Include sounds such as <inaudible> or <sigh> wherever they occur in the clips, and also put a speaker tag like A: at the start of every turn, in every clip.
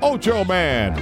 A: Ocho Man.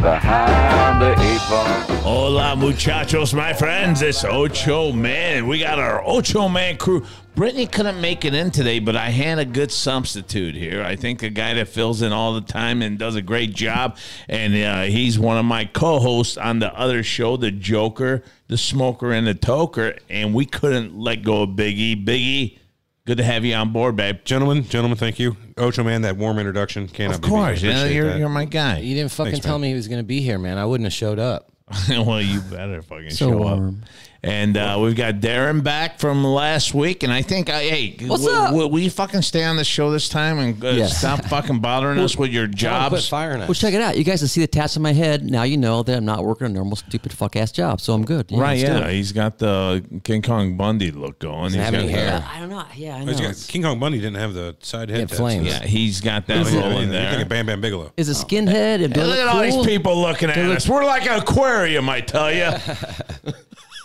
B: Behind the eight ball.
C: Hola, muchachos, my friends. It's Ocho Man. We got our Ocho Man crew. Brittany couldn't make it in today, but I had a good substitute here. I think a guy that fills in all the time and does a great job. And uh, he's one of my co hosts on the other show, The Joker, The Smoker, and The Toker. And we couldn't let go of Biggie. Biggie, good to have you on board, babe.
D: Gentlemen, gentlemen, thank you. Ocho man, that warm introduction. Cannot
C: Of
D: be beat.
C: course, you know,
D: Appreciate
C: you're,
D: that.
C: you're my guy.
E: You didn't fucking
D: Thanks,
E: tell
D: man.
E: me he was going to be here, man. I wouldn't have showed up.
C: <laughs> well, you better fucking show
E: warm.
C: up. And uh, we've got Darren back from last week, and I think I hey,
E: What's
C: will,
E: up?
C: will- will you fucking stay on the show this time and uh,
F: Yes.
C: stop fucking bothering us with
E: <laughs>
C: your
E: Quit
C: jobs?
E: firing us.
F: Well, check it out. You guys can see the tats on my head. Now you know that I'm not working a normal, stupid, fuck ass job. So I'm good. Yeah,
C: Right,
F: let's do
C: yeah,
F: it.
C: he's got the King Kong Bundy look going. He's
E: have
C: got
E: any
C: the-
E: hair.
F: I don't know. Yeah, I know.
D: He's got-
F: It's-
D: King Kong Bundy didn't have the side head.
E: It
D: tats.
E: flames.
C: Yeah, he's got that
D: That's-
C: roll
D: you're
C: in
D: thinking
C: there.
D: Bam Bam Bigelow.
F: Is it skinhead? And do I
C: Oh, Look at all
F: cool?
C: these people looking at
F: They look-
C: us. We're like an aquarium, I tell you.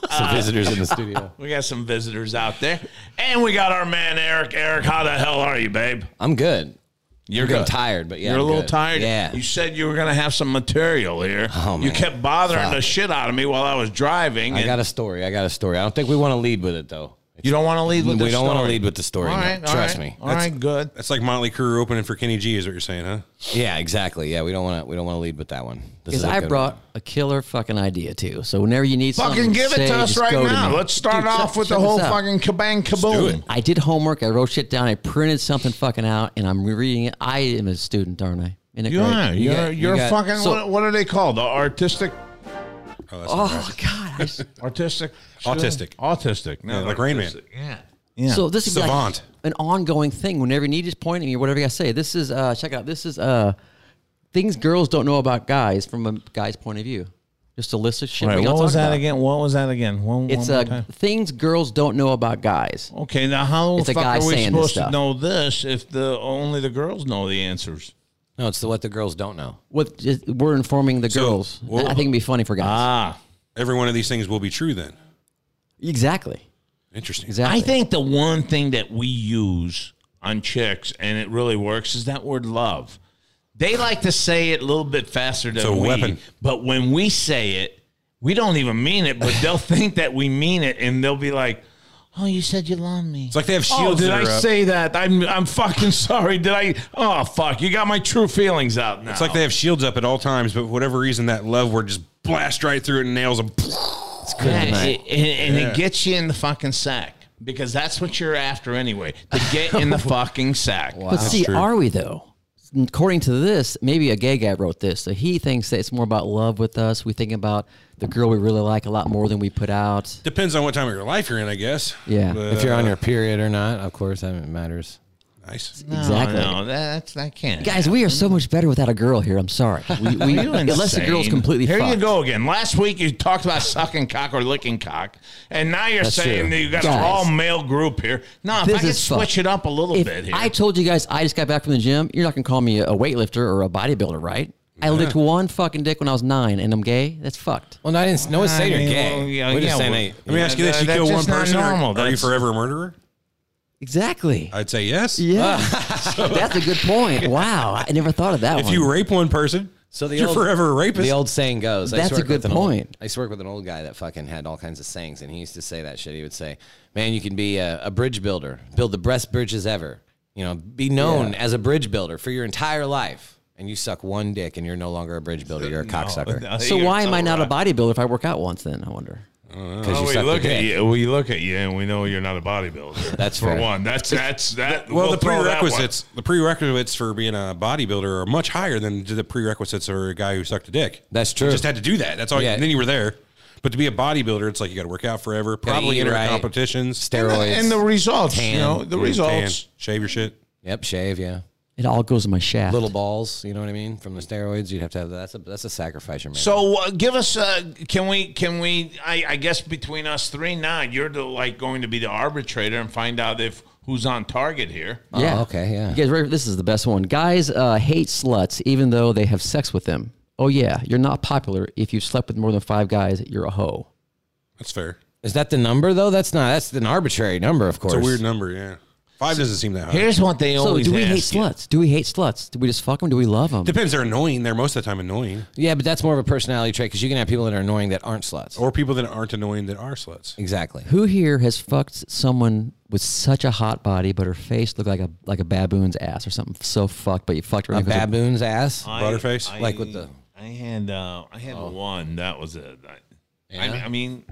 E: Some visitors <laughs> in the studio.
C: we got some visitors out there, and we got our man Eric. Eric, how the hell are you, babe?
E: I'm good.
C: You're
E: I'm
C: good.
E: tired, but yeah,
C: You're
E: I'm
C: a little
E: good.
C: tired.
E: Yeah.
C: You said you were going to have some material here.
E: Oh,
C: You
E: man.
C: kept bothering
E: Fuck.
C: the shit out of me while I was driving.
E: I
C: and
E: got a story. I got a story. I don't think we want to lead with it though.
C: you don't want to lead
E: We
C: with the
E: don't want to
C: story.
E: lead with the story.
C: All
E: no.
C: right. all
E: Trust
C: right,
E: me.
C: All right. Good.
D: That's like Motley Crue opening for Kenny G. Is what you're saying, huh?
E: Yeah, exactly. Yeah, we don't want to. We don't want to lead with that one. This
F: Because
E: a
F: I
E: good
F: brought a killer fucking idea too. So whenever you need something,
C: Fucking give
F: say,
C: it to us
F: just
C: right
F: go to
C: now.
F: me.
C: Let's start
F: Dude, shut-
C: off with the
F: shut
C: whole
F: this up.
C: fucking kabang kaboom.
F: I did homework. I wrote shit down. I printed something fucking out, and I'm reading it. I am a student, aren't I? Isn't it
C: You
F: great?
C: are. You're,
E: got- you
C: you're
E: got-
C: fucking.
F: so-
C: what, what are they called? The artistic.
D: Oh, that's not right.
F: Oh God!
C: <laughs>
F: I s-
C: Artistic.
D: Autistic.
C: Autistic. No,
D: Yeah, like Rain Man.
C: artistic. Yeah. Yeah.
F: So this is
D: Savant.
F: like an ongoing thing. Whenever you need to point at me or whatever I say, this is uh, check it out. This is uh, things girls don't know about guys from a guy's point of view. Just a list of shit.
C: All right,
F: we don't
C: what was
F: talk
C: that
F: about.
C: again? What was that again? One, one
F: It's
C: more
F: uh,
C: time.
F: things girls don't know about guys.
C: Okay, now how
F: It's
C: the
F: a
C: fuck
F: guy
C: are we
F: saying this
C: supposed to
F: stuff.
C: know this if the only the girls know the answers?
E: one. No, it's the what the girls don't know.
F: What just- we're informing the
D: So,
F: girls.
D: well,
F: I think it'd be funny for guys.
C: Ah,
D: Every one of these things will be true then.
F: exactly.
D: Interesting.
F: Exactly.
C: I think the one thing that we use on chicks and it really works is that word love. They like to say it a little bit faster than
D: It's a
C: we,
D: weapon.
C: but when we say it, we don't even mean it, but they'll <laughs> think that we mean it, and they'll be like, "Oh, you said you love me."
D: It's like they have
C: Oh,
D: shields.
C: did
D: that
C: I
D: are up.
C: say that? I'm I'm fucking <laughs> sorry. Did I? Oh fuck! You got my true feelings out now.
D: It's like they have shields up at all times, but for whatever reason, that love word just blasts right through it and nails them.
C: Yeah,
F: tonight.
C: it- and, and
D: Yeah.
C: it gets you in the fucking sack because that's what you're after anyway to get
F: <laughs>
C: in the fucking sack.
F: But see, are we though? According to this, maybe a gay guy wrote this. So he thinks that it's more about love with us. We think about the girl we really like a lot more than we put out.
D: Depends on what time of your life you're in, I guess.
F: Yeah.
D: But, uh,
E: If you're
C: Uh,
E: on your period or not, of course, that matters.
D: nice.
F: Exactly.
C: No, no, that's that can't.
F: Guys, we are so much better without a girl here.
C: <laughs>
F: I'm sorry. We, we,
C: Are you
F: <laughs> unless the
C: insane?
F: girl's completely
C: Here
F: fucked.
C: you go again. Last week you talked about sucking cock or licking cock, and now you're
F: That's
C: saying
F: true.
C: that you got an
F: Guys.
C: all male group here. No, if
F: This
C: I could
F: is fucked.
C: switch it up a little
F: If
C: bit here.
F: I told you guys I just got back from the gym, you're not gonna call me a weightlifter or a bodybuilder, right? I licked one fucking dick when I was nine, and I'm gay. That's fucked.
E: Well, no, I didn't. No one's saying
C: mean,
E: you're gay.
C: well, yeah,
E: We're just
C: yeah,
E: saying
C: well-
E: hey,
D: Let me
C: Yeah,
D: ask you this: You
C: that-
D: kill
C: that's
D: one
C: just not
D: person, or
C: normal.
D: are you
C: That's-
D: forever a murderer?
F: Exactly.
D: I'd say yes.
F: <laughs> Yeah, that's a good point. Wow, I never thought of that
D: If
F: one.
D: you rape one person,
E: So the
D: you're
E: old-
D: forever a rapist.
E: The old saying goes. I used to
F: That's a
E: work with
F: good
E: an old-
F: point.
E: I used to work with an old guy that fucking had all kinds of sayings, and he used to say that shit. He would say, "Man, you can be a, a bridge builder, build the best bridges ever. You know, be known as a bridge builder for your entire life, and you suck one dick, and you're no longer a bridge builder. You're
D: <laughs>
E: a
C: <laughs>
E: cocksucker
C: No,
F: so
C: you're
F: why am
C: so
F: I not a
C: right.
F: bodybuilder if I work out once? Then I wonder.
E: because
C: Oh,
E: you
C: we
E: suck
C: look
E: the
C: at
E: dick.
C: you. We look at you, and we know you're not a bodybuilder.
E: That's
C: for
E: fair.
C: one. That's that's that.
D: well, the
C: throw that one.
D: prerequisites, the prerequisites for being a bodybuilder are much higher than the prerequisites for a guy who sucked a dick.
E: That's true.
D: You just had to do that. That's all.
E: Yeah.
D: and then you were there. But to be a bodybuilder, it's like you got to work out forever. Probably
E: eat
D: enter
E: right.
D: competitions.
E: Steroids.
C: and the results. You
E: Tan.
C: know the
D: Tan,
C: results.
D: shave your shit.
E: yep, shave. Yeah.
F: It all goes in my shaft.
E: Little balls, you know what I mean? From the steroids, you'd have to have that. That's a that's a sacrifice you're making.
C: So uh, give us. Uh, can we? Can we? I, I guess between us three now, you're the, like going to be the arbitrator and find out if who's on target here.
F: yeah.
E: Oh, okay, yeah.
F: You guys ready? for- This is the best one. Guys uh, hate sluts even though they have sex with them. Oh yeah, you're not popular if you've slept with more than five guys. You're a hoe.
D: That's fair.
E: Is that the number though? That's not. That's an arbitrary number, of course.
D: It's a weird number, yeah. Five doesn't seem that high.
C: Here's what they
F: So
C: always
F: do we hate
C: ask you.
F: sluts? Do we hate sluts? Do we just fuck them? Do we love them?
D: Depends. They're annoying. They're most of the time annoying,
E: Yeah, but that's more of a personality trait because you can have people that are annoying that aren't sluts.
D: or people that aren't annoying that are sluts.
E: exactly.
F: Who here has fucked someone with such a hot body, but her face looked like a like a baboon's ass or something so fucked? But you fucked her.
E: A
F: in 'cause her-
E: baboon's ass.
C: I-
D: Butterface?
C: I-
E: Like with the-
C: I had. Uh, I had
F: Oh.
C: one. That was it. I, I, mean- I mean,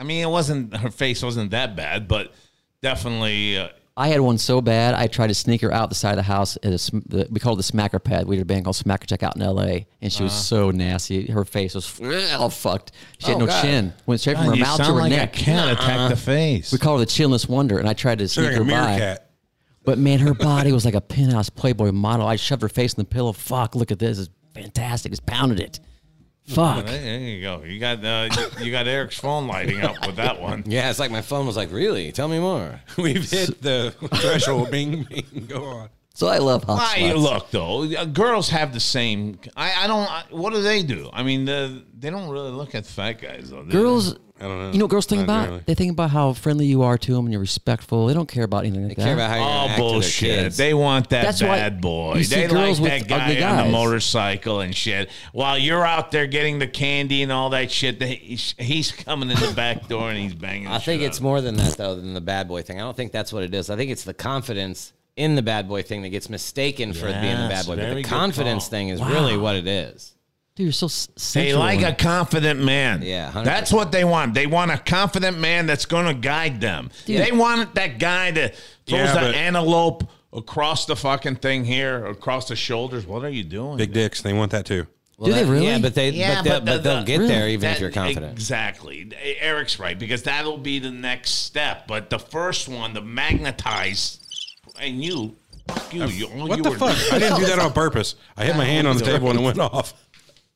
C: I mean, it wasn't her face wasn't that bad, but definitely. Uh,
F: I had one so bad I tried to sneak her out the side of the house. At a, sm- the, we called it the Smacker Pad. We did a band called Smacker Check out in L.A. and she was so nasty. Her face was all fucked. She had
E: Oh,
F: no
E: God.
F: chin. Went straight from
C: God,
F: her
C: you
F: mouth to
C: sound
F: her
C: like
F: neck.
C: a cat attacked the face.
F: We called her the Chinless Wonder, and I tried to
D: They're
F: sneak
D: like
F: her
D: a
F: by.
D: meerkat. <laughs>
F: But man, her body was like a penthouse Playboy model. I shoved her face in the pillow. Fuck! Look at this. It's fantastic. Just pounded it. Fuck.
C: There there you go. You got uh, you- you got Eric's phone lighting up with that one.
E: Yeah, it's like my phone was like, really? Tell me more. <laughs>
D: We've hit the threshold. Bing, bing. Go on.
F: So I love hot
C: I,
F: sluts.
C: look though, uh, girls have the same. I, I don't. I, what do they do? I mean, the, they don't really look at fat guys though. do they?
F: Girls,
D: I don't know.
F: you know, what girls think
D: Not
F: about
D: really.
F: they think about how friendly you are to them and you're respectful. They don't care about anything like
E: They
F: that.
E: care about how you're gonna
C: Oh
E: act to their
C: bullshit!
E: kids.
C: They want that
F: That's why
C: bad boy.
F: you see
C: They
F: girls
C: like
F: with
C: that
F: ugly
C: guy on the
F: guys.
C: motorcycle and shit. While you're out there getting the candy and all that shit, they, he's, he's coming in the back door and he's banging.
E: I think it's more than that though, than the bad boy thing. I don't think that's what it is. I think it's the confidence in the bad boy thing that gets mistaken for it being the
C: Yes,
E: bad boy. But
C: very
E: the
C: good
E: confidence
C: call.
E: thing is really what it is.
F: Dude, you're so s- sensual.
C: They like a
F: and-
C: confident man.
E: Yeah, 100%.
C: that's what they want. They want a confident man that's going to guide them. They want that guy that throws
D: Yeah,
C: the
D: but-
C: antelope across the fucking thing here, across the shoulders. What are you doing?
D: Big dicks. They want that too.
E: Well,
F: they
E: that-
F: really?
E: Yeah, but they
C: Yeah,
E: but, they'll-
C: but
E: but
C: the-
E: they'll
C: the-
E: get there even if
C: That- e-,
E: you're confident.
C: Exactly. Eric's right because that'll be the next step. But the first one, the magnetize, and you, fuck you, you, all
D: What
C: you
D: the
C: were-
D: fuck? <laughs> I didn't do that on purpose. I hit my hand on the table and it went off.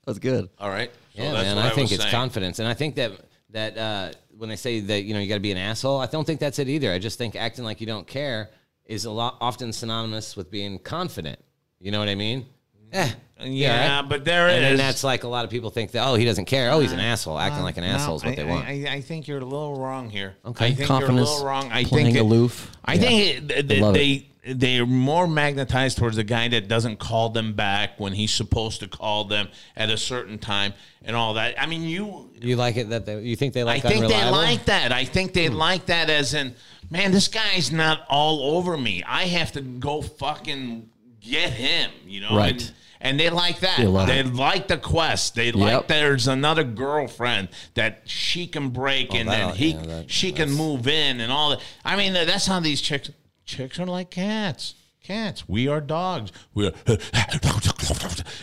F: That's good.
C: All right. So
E: Yeah,
C: that's
E: man.
C: what
E: I think
C: was
E: it's
C: saying.
E: confidence, and I think that that uh, when they say that you know you got to be an asshole, I don't think that's it either. I just think acting like you don't care is a lot often synonymous with being confident. You know what I mean? Eh,
C: Yeah,
E: yeah, right?
C: but there is.
E: and then that's like a lot of people think that oh he doesn't care oh he's an asshole acting like an asshole is what
C: I,
E: they want.
C: I, I, I think you're a little wrong here.
F: Okay.
C: I think
F: Confidence,
C: you're a little wrong. I
F: playing
C: think it-
F: aloof.
C: I
F: Yeah.
C: think it,
F: I
C: they,
F: love
C: they they're more magnetized towards the guy that doesn't call them back when he's supposed to call them at a certain time and all that. I mean, you
E: you like it that they, you think they
C: I
E: like
C: think they
E: unreliable? Hmm.
C: like that. I think they like that as in, man, this guy's not all over me. I have to go fucking get him, you know?
F: Right.
C: And, and they like that.
F: They
C: They,
F: love it.
C: like the quest. They like there's another girlfriend that she can break and
E: Oh, that-
C: then he
E: yeah, that-
C: she can move in and all that. I mean, tha- that's how these chicks chicks are like cats. Cats. We are dogs. We are. <laughs>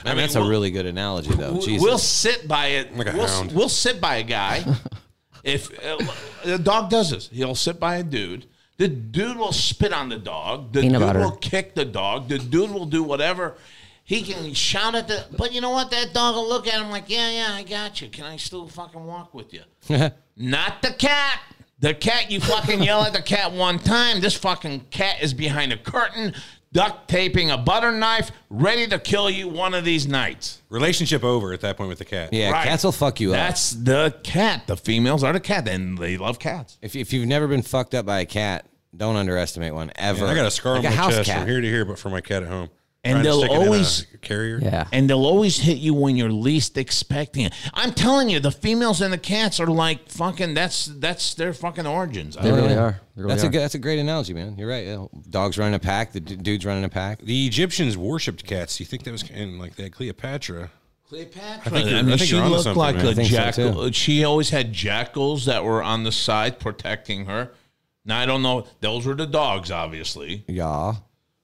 E: I mean, that's a
C: we'll-
E: really good analogy though.
C: we-
E: Jesus.
C: We'll sit by it.
D: Like a
C: we'll,
D: hound.
C: we'll sit by a guy.
D: <laughs>
C: if uh, the dog does this, he'll sit by a dude. The dude will spit on the dog. The
F: Peanut
C: dude
F: butter.
C: will kick the dog. The dude will do whatever. He can shout at the. But you know what? That dog will look at him like, yeah, yeah, I got you. Can I still fucking walk with
F: <laughs>
C: you? Not the cat. The cat, you fucking yell at the cat one time. This fucking cat is behind a curtain, duct taping a butter knife, ready to kill you one of these nights.
D: Relationship over at that point with the cat.
E: yeah,
C: Right.
E: cats will fuck you up.
C: That's the cat. The females are the cat, and they love cats.
E: If, if you've never been fucked up by a cat, don't underestimate one ever.
D: I got a scar on
E: Like
D: my
E: house
D: chest
E: cat.
D: from here to here, but for my cat at home.
C: And
D: Trying to
C: they'll
D: stick it in a
C: always-
D: carrier.
F: Yeah.
C: And they'll always hit you when you're least expecting it. I'm telling you, the females and the cats are like fucking. That's that's their fucking origins.
F: They
C: I-
F: really are. They really
E: that's
F: are.
E: a good, that's a great analogy, man. You're right. yeah. Dogs running a pack. The d- dude's running a pack.
D: The Egyptians worshipped cats. You think that was and like that Cleopatra?
C: Cleopatra.
D: I think you're-
C: I mean,
D: I think
C: she
D: you're onto
C: looked
D: something,
C: like
D: man. I
C: a
D: think
E: so,
C: jackal. she always had jackals that were on the side protecting her. Now I don't know. Those were the dogs, obviously,
E: Yeah.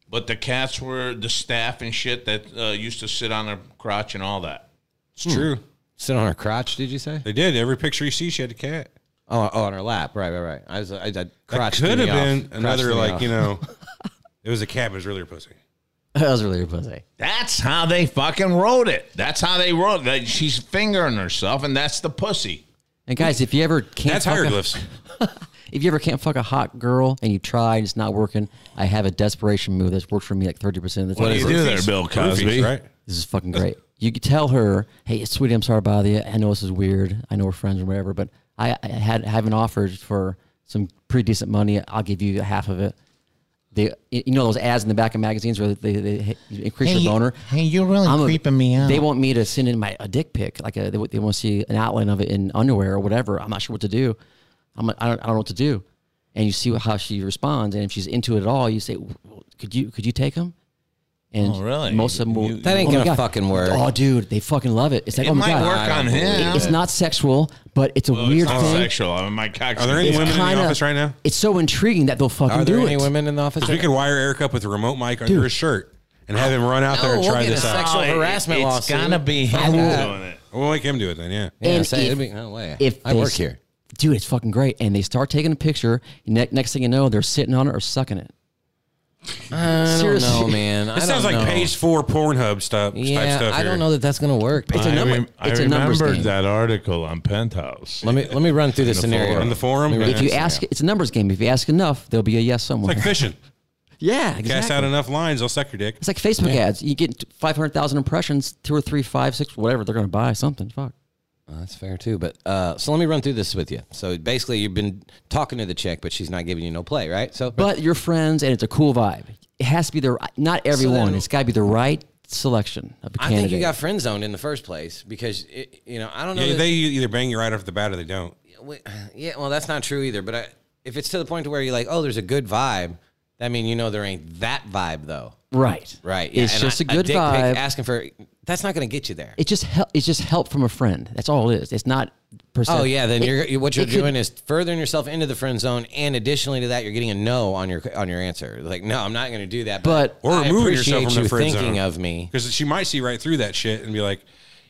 C: but the cats were the staff and shit that uh, used to sit on her crotch and all that.
D: It's
E: Hmm.
D: true.
E: Sit on her crotch. Did you say?
D: They did. Every picture you see, she had a cat.
E: Oh, oh, on her lap. Right, right, right. I was. I, I
D: that
E: crotch. threw
D: could have
E: me off.
D: been
E: Crotch
D: another
E: <laughs> threw me
D: like
E: off.
D: you know, it was a cat, but it was really a pussy.
F: That was really your pussy.
C: That's how they fucking wrote it. That's how they wrote it. She's fingering herself, and that's the pussy.
F: And guys, if you ever can't
D: That's
F: fuck a-
D: hieroglyphs.
F: if you ever can't fuck a hot girl and you try and it's not working, I have a desperation move that's worked for me like thirty percent of the time.
C: do you do there, Bill Cosby?
D: Roofies, right?
F: This is fucking great. You could tell her, "Hey, sweetie, I'm sorry to bother you. I know this is weird. I know we're friends or whatever, but I, I had have an offer for some pretty decent money. I'll give you half of it." They, you know those ads in the back of magazines where they, they increase
C: Hey, you-
F: your boner.
C: hey, you're really creeping me out.
F: They want me to send in my a dick pic, like a, they, want- they want to see an outline of it in underwear or whatever. I'm not sure what to do. I'm like, I don't I don't know what to do. And you see how she responds, and if she's into it at all, you say, "Well, "Could you could you take him?" And
C: Oh, really?
F: most of them will.
C: You-
E: That ain't
F: Oh my
E: gonna
F: God.
E: fucking work.
F: Oh, dude, they fucking love it. It's like,
C: It
F: oh my
C: might
F: god,
C: work
F: I don't
C: on
F: believe
C: him.
F: it. It's not sexual, but it's a weird
C: Oh, It's not
F: thing.
C: sexual. I mean, my cock's
D: Are there
C: It's-
D: any
F: It's
D: women in the
F: kinda-
D: office right now?
F: It's so intriguing that they'll fucking
E: Are there
F: do
E: any
F: it.
E: women in the office?
D: Because we could wire Eric up with a remote mic under his shirt and have him run out there and
E: we'll
D: try
E: get
D: this
E: a
D: out.
E: sexual
C: Oh, it-
E: harassment
C: It's
E: lawsuit.
C: gotta be him doing it.
D: We'll make him do it then, yeah.
E: Yeah,
F: And
E: say,
F: if-
E: it'd be, no way.
F: If
E: I
F: they-
E: work here.
F: dude, it's fucking great. And they start taking a picture. Ne- next thing you know, they're sitting on it or sucking it.
E: I don't <laughs>
F: Seriously.
E: know, man. I
D: That
E: don't
D: sounds like
E: know.
D: page four Pornhub stuff type
E: Yeah,
D: stuff.
E: I
D: here.
E: don't know that that's gonna work.
F: It's a number.
C: rem-
F: it's a numbers game.
C: that article on Penthouse.
E: Let me let me run through the, scenario.
D: In the forum, yeah.
F: If you ask, it's a numbers game. If you ask enough, there'll be a yes somewhere.
D: like fishing,
F: <laughs> yeah, exactly.
D: cast out enough lines, they'll suck your dick.
F: it's like Facebook ads. You get five hundred thousand impressions, two or three, five, six, whatever. They're gonna buy something. Fuck.
E: Well, that's fair too. But uh, so let me run through this with you. So basically, you've been talking to the chick, but she's not giving you no play, right? So
F: But you're friends, and it's a cool vibe. It has to be the not everyone.
E: then-
F: it's got to be the right selection of a
E: I
F: candidate.
E: think you got friend zoned in the first place because it, you know I don't know.
D: Yeah,
E: that-
D: they either bang you right off the bat or they don't.
E: Wait, yeah, well, that's not true either. But I, if it's to the point to where you're like, oh, there's a good vibe, that mean you know there ain't that vibe though,
F: right,
E: right?
F: it's
E: and
F: just a
E: a
F: good
E: dick pic
F: vibe.
E: asking for that's not going to get you there.
F: it's just help. It's just help from a friend. That's all it is. It's not. Percent.
E: oh yeah, then
F: It-
E: you're what you're
F: it could-
E: doing is furthering yourself into the friend zone, and additionally to that, you're getting a no on your on your answer. Like, no, I'm not going to do that.
F: But
D: Or
E: I
D: removing yourself
E: appreciate
D: from the
E: you
D: friend zone.
E: thinking of me.
D: Because she might see right through that shit and be like,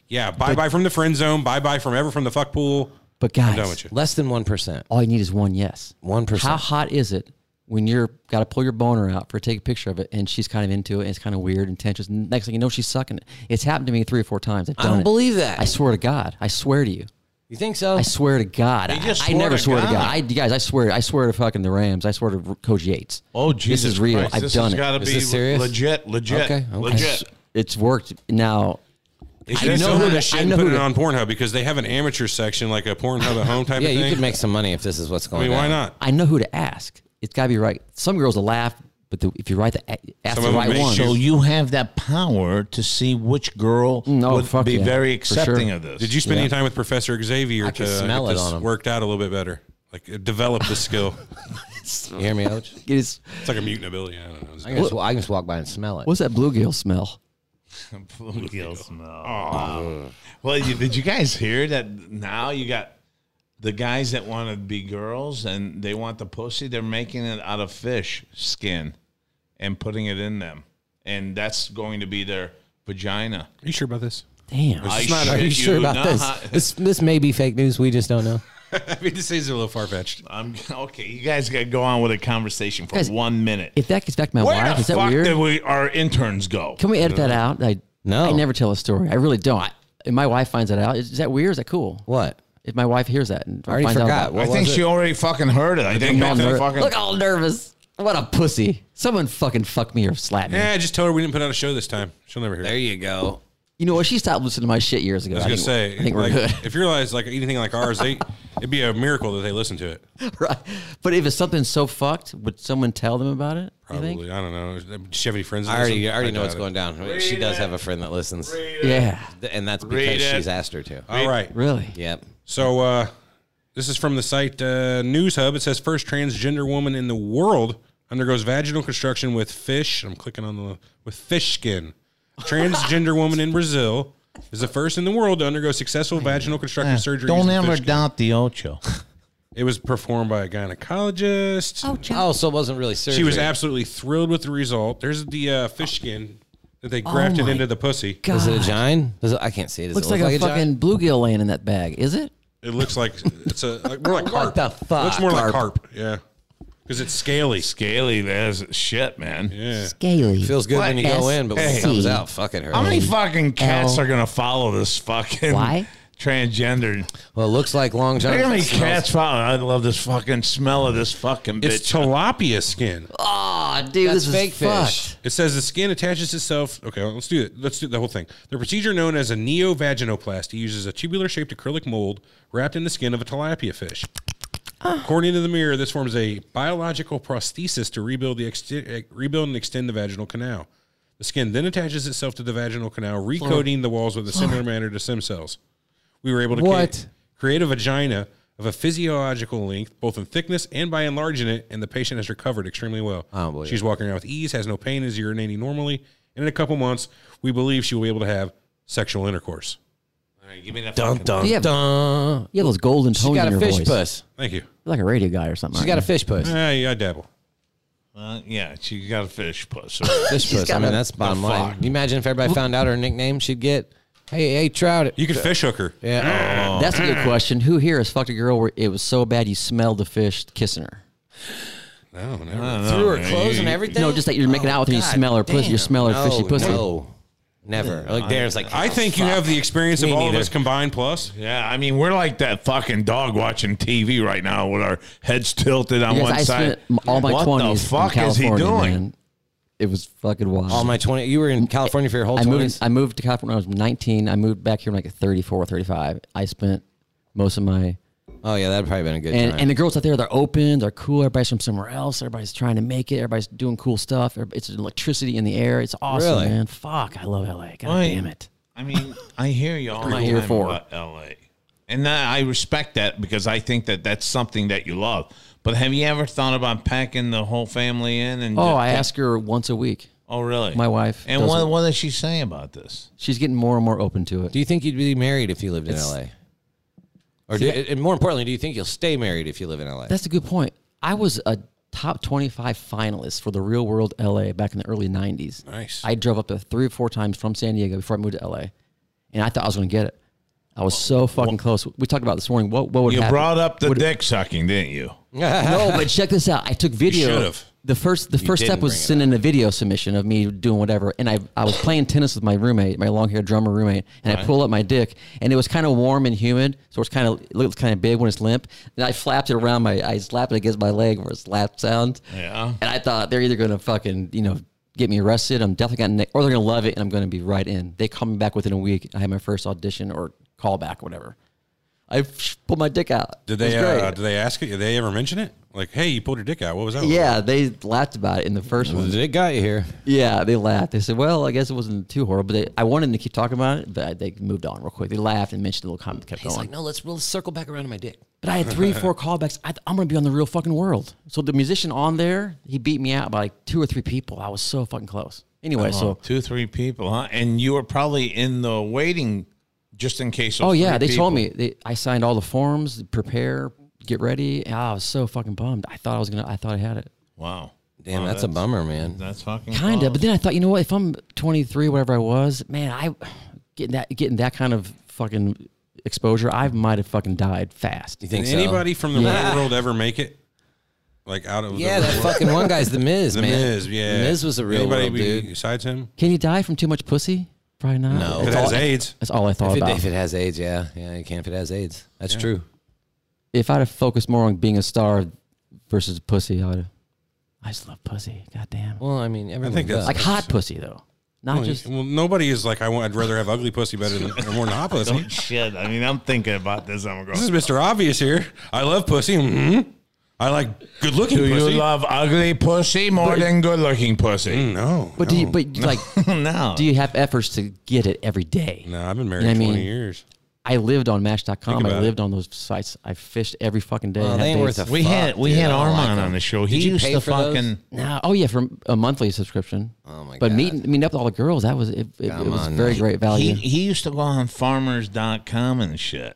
D: yeah, bye bye from the friend zone, bye bye from ever from the fuck pool.
F: but
D: done with
F: guys,
D: you.
E: less than one percent.
F: all you need is one yes.
E: 1%.
F: How hot is it when you're got to pull your boner out for take a picture of it, and she's kind of into it, and it's kind of weird and tensions. Next thing you know, she's sucking it. It's happened to me three or four times. I've
E: I
F: done
E: don't
F: it.
E: believe that.
F: I swear to God. I swear to you.
E: You think so?
F: I swear to God. I,
C: just
F: I
C: swore
F: never
C: to
F: swear to
C: God.
F: God. I, you guys, I swear. I swear to fucking the Rams. I swear to Coach Yates.
C: Oh, Jesus
F: This is real.
C: Christ,
F: I've
C: this
F: done
C: has Gotta
F: it.
E: Is
C: be
E: this serious?
C: Legit. Legit.
E: Okay, okay.
C: Legit.
F: It's worked now.
D: They
F: know
D: should know
F: who
D: who
F: to-
D: this shit
F: I
D: and
F: know
D: put
F: who
D: it
F: to-
D: on Pornhub because they have an amateur section, like a Pornhub at home
F: <laughs>
D: type
E: yeah,
D: of
E: you
D: thing.
E: could make some money if this is what's going
D: I mean,
E: on.
D: why not?
F: I know who to ask. It's got to be right. Some girls will laugh, but the, if you write the ask
D: Some
F: the
D: of them
F: right
D: may
F: one,
D: shoot.
C: So you have that power to see which girl
F: No,
C: would
F: fuck
C: be
F: yeah,
C: very
F: for sure.
C: accepting of this.
D: Did you spend any time with Professor Xavier
E: could
D: to
E: smell
D: get
E: it
D: this
E: on him.
D: worked out a little bit better? Like uh, develop the skill.
E: You hear me, Ouch?
F: it is.
D: it's like a mutant ability. I don't know. It's-
E: I can, just, I can just walk by and smell it.
F: What's that bluegill smell?
C: Bluegill smell. Well, you, did you guys hear that? Now you got the guys that want to be girls and they want the pussy. They're making it out of fish skin and putting it in them, and that's going to be their vagina.
D: Are you sure about this?
F: Damn.
C: I
D: not-
E: Are
C: shit
E: you sure about
C: not.
E: this? This this may be fake news. We just don't know.
D: <laughs> I mean, this is a little far fetched.
C: I'm okay. You guys got to go on with a conversation for
F: Guys,
C: one minute.
F: if that gets back to my
C: Where
F: wife,
C: the
F: is that
C: fuck
F: weird?
C: did we, our interns go?
F: Can we edit that out? I,
E: No.
F: I never tell a story. I really don't. I, if my wife finds that out, is, is that weird? Is that cool?
E: What?
F: If my wife hears that and
E: I already
F: finds out
E: forgot.
F: about it.
E: What
C: I think
E: was
C: she
E: it?
C: already fucking heard it. I think
D: all
C: that's
D: ner-
C: fucking.
F: Look all nervous. What a pussy. Someone fucking fuck me or slap me.
D: Yeah, just tell her we didn't put out a show this time. She'll never hear. it.
E: There you go.
F: You know what? She stopped listening to my shit years
D: I
F: ago.
D: was gonna
F: think-
D: say,
F: I think we're
D: like,
F: good.
D: if you realize like anything like ours, they it'd be a miracle that they listen to it.
F: <laughs> right. But if it's something so fucked, would someone tell them about it? you think?
D: Probably, I don't know. Does she have any friends? that
E: I already
D: listen?
E: I already know
D: doubt
E: what's
D: it.
E: going down. she does have a friend that listens,
F: Yeah.
E: and that's
C: Read
E: because
C: it.
E: she's asked her to.
D: All right.
F: Really?
E: Yep.
D: So uh, this is from the site uh, News Hub. It says first transgender woman in the world undergoes vaginal construction with fish. I'm clicking on the with fish skin. Transgender woman in Brazil is the first in the world to undergo successful vaginal construction surgery.
C: Don't
D: using
C: ever
D: fish skin.
C: doubt the Ocho.
D: <laughs> It was performed by a gynecologist.
E: Oh, so it wasn't really surgery.
D: She was absolutely thrilled with the result. There's the uh, fish skin that they grafted into the pussy.
E: Was it a giant? Does it, I can't see it. Does
F: Looks
E: it look
F: like, a
E: like, giant?
F: fucking bluegill laying in that bag. Is it?
D: It looks like it's a like, more like
E: <laughs> What
D: carp.
E: the fuck?
D: Looks more like
E: Carp.
D: carp. Yeah. because it's scaly.
C: Scaly, that's shit, man.
D: Yeah.
F: Scaly.
E: Feels good when you go
F: S-
E: in, but when it
F: Hey.
E: comes out, fuck it hurts.
C: How many fucking cats
F: L.
C: are gonna follow this fucking
F: Oh. Why?
C: transgendered?
E: well, it looks like Long John.
C: Look how many
E: smells-
C: cats follow. I love this fucking smell of this fucking bitch.
D: It's tilapia skin.
F: Oh, dude,
E: That's
F: this is
E: fake
F: fucked.
E: fish.
D: It says the skin attaches itself. Okay, let's do it. Let's do the whole thing. The procedure known as a neovaginoplasty uses a tubular shaped acrylic mold wrapped in the skin of a tilapia fish. According to the mirror, this forms a biological prosthesis to rebuild the ext- eh, rebuild and extend the vaginal canal. The skin then attaches itself to the vaginal canal, recoating the walls with a similar manner to stem cells. We were able to
E: What?
D: cre- create a vagina of a physiological length, both in thickness and by enlarging it, and the patient has recovered extremely well.
E: I don't believe
D: She's walking around with ease, has no pain, is urinating normally, and in a couple months, we believe she will be able to have sexual intercourse.
E: Dun dun
F: You have-
E: dun.
F: You have those golden
E: She
F: tones
E: got
F: in
E: a
F: your
E: fish
F: voice.
E: puss.
D: Thank you.
F: You're like a radio guy or something.
E: She got a fish puss.
D: Ah, yeah, I dabble.
C: Uh, yeah, she got a fish puss.
E: Fish puss. I mean, that's bottom line. Can you imagine if everybody found out her nickname? She'd get, hey, hey, trout it.
D: You could fish hook her.
E: Yeah.
C: Oh.
F: That's a
C: <clears throat>
F: good question. Who here has fucked a girl where it was so bad you smelled the fish kissing her?
D: No, never.
E: Through her
C: man,
E: clothes
C: you-
E: and everything. Oh,
F: No, just that you're making out with her, you
E: God
F: smell her pussy,
E: damn.
F: you smell her
E: no,
F: fishy pussy.
E: No, never. Like Darren's like,
D: I
E: "Oh,
D: think you
E: fuck."
D: have the experience
E: Me
D: of all
E: neither.
D: of us combined. Plus,
C: <laughs> Yeah, I mean, we're like that fucking dog watching TV right now with our heads tilted on
F: Because
C: one
F: I
C: side.
F: spent m- all my
C: what
F: 20s
C: the fuck
F: in
C: is he
F: California,
C: doing?
F: man. It was fucking wild.
E: All my twenty. You were in California for your whole
F: I moved,
E: twenties.
F: I moved to California when I was 19. I moved back here when I was like 34 or 35. I spent most of my
E: Oh yeah, that'd probably been a good
F: and,
E: time.
F: and the girls out there they're open they're cool everybody's from somewhere else everybody's trying to make it everybody's doing cool stuff Everyb- it's electricity in the air it's awesome
E: Really?
F: man fuck i love la god
C: Right.
F: damn it
C: I mean, I hear you all the
F: am I here
C: time
F: for?
C: about L.A. And I I respect that because I think that that's something that you love. But have you ever thought about packing the whole family in? And
F: oh
C: just-
F: i ask her once a week
C: oh really?
F: my wife
C: And
F: does
C: what
F: it.
C: what does she say about this?
F: she's getting more and more open to it
E: do you think you'd be married if you lived in LA? Or do, and more importantly, do you think you'll stay married if you live in LA?
F: that's a good point i was a top 25 finalist for the real world la back in the early 90s
D: Nice.
F: i drove up to three or four times from san diego before i moved to la and i thought i was going to get it I was so fucking close. We talked about it this morning. What what would
C: You
F: happen?
C: brought up the dick sucking, didn't you?
F: No, but check this out. I took video.
D: should've.
F: the first the first
E: didn't
F: step was
E: bring it
F: sending a video submission of me doing whatever, and I I was playing tennis with my roommate, my long haired drummer roommate, and I pull up my dick, and it was kind of warm and humid, so it's kind of it looks kind of big when it's limp, and I flapped it around my I slapped it against my leg for a slap sound,
C: Yeah.
F: and I thought they're either gonna fucking you know get me arrested, I'm definitely gonna nick- or they're gonna love it, and I'm gonna be right in. They call me back within a week. I had my first audition or callback, whatever. I pulled my dick out.
D: did
F: It was
D: they
F: great.
D: uh, did they ask it? Did they ever mention it? Like, hey, you pulled your dick out. What was that?
F: Yeah, they laughed about it in the first one.
E: it got you here.
F: Yeah, they laughed. They said, "Well, I guess it wasn't too horrible." But they, I wanted them to keep talking about it, but they moved on real quick. They laughed and mentioned a little comment, kept
E: He's
F: going.
E: like, no, let's, let's circle back around to my dick.
F: but I had three, four callbacks. I, I'm going to be on the real fucking world. So the musician on there, he beat me out by like two or three people. I was so fucking close. Anyway,
E: Uh-huh.
F: so
C: two, three people, huh? And you were probably in the waiting just in case. those
F: oh yeah,
C: three
F: they told
C: people-
F: me they, I signed all the forms, prepare, get ready. And I was so fucking bummed. I thought I was gonna. I thought I had it.
C: Wow.
E: Damn,
C: Wow,
E: that's, a bummer, man.
C: That's fucking
F: Kind
C: close. <laughs>
F: of, but then I thought, you know what? If I'm 23, whatever I was, man, I getting that getting that kind of fucking exposure, I might have fucking died fast.
E: you
D: Did
E: think so?
D: anybody from the real world ever make it? Like out of
E: Yeah,
D: the
E: that
D: real world?
E: fucking one guy's the Miz,
D: the
E: man.
D: Miz. Yeah,
E: the Miz was a real
D: Anybody
E: world
D: be-
E: dude.
D: besides him.
F: Can you die from too much pussy? Probably not.
E: No.
D: If it
F: that's,
D: has
F: all,
D: AIDS.
F: that's all I thought
E: If it,
F: about.
E: if it has AIDS, yeah, yeah, you can. If it has AIDS, that's true.
F: If I'd have focused more on being a star versus pussy, I would. have I just love pussy. God damn.
E: Well, Oh, I mean, everyone
D: think that's-
E: does.
F: like hot pussy though, not just.
D: well, nobody is like I want, I'd rather have ugly pussy better than or more than hot pussy.
C: Shit. I mean, I'm thinking about this. I'm going.
D: This is Mr. Obvious here. I love pussy. hmm I like good looking
C: Do
D: pussy.
C: you love ugly pussy more than good looking pussy?
D: no.
F: But do you? But like,
C: <laughs> no.
F: Mm. do you have efforts to get it every day?
D: No, I've been married
F: You know what I
D: 20
F: mean?
D: years.
F: I lived on Match.com. I
D: about it.
F: lived on those sites. I fished every fucking day.
E: Well,
F: had
E: they ain't
F: dates.
E: worth a
C: we
E: fuck,
C: had we
E: dude.
C: had
E: I don't like
C: Armand
E: them.
C: on the show.
E: Did
C: He
E: you
C: used
E: pay
C: to
E: for those?
C: fucking.
F: No, oh yeah, for a monthly subscription.
E: Oh my
F: but
E: God.
F: meeting meeting up with all the girls, that was it. It, it
E: Come
F: was
E: on,
F: very
E: man.
F: great
C: He
F: value.
C: he used to go on farmers.com and shit.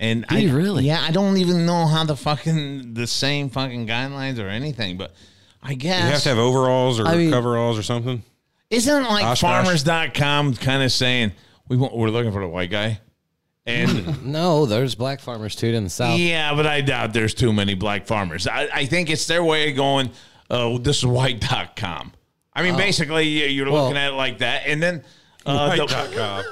C: And
F: Did
C: I
F: he really?
C: Yeah, I don't even know how the fucking the same fucking guidelines or anything, but I guess
D: You have to have overalls or
F: I mean-
D: coveralls or something.
C: Isn't it like
D: Oshkosh.
C: farmers.com kind of saying we want, we're looking for the white guy? And
E: No, there's black farmers too in the south.
C: yeah, but I doubt there's too many black farmers. I, I think it's their way of going, oh, this is white.com. I mean, basically, you- you're
E: Well-
C: looking at it like that. And then. Uh, the,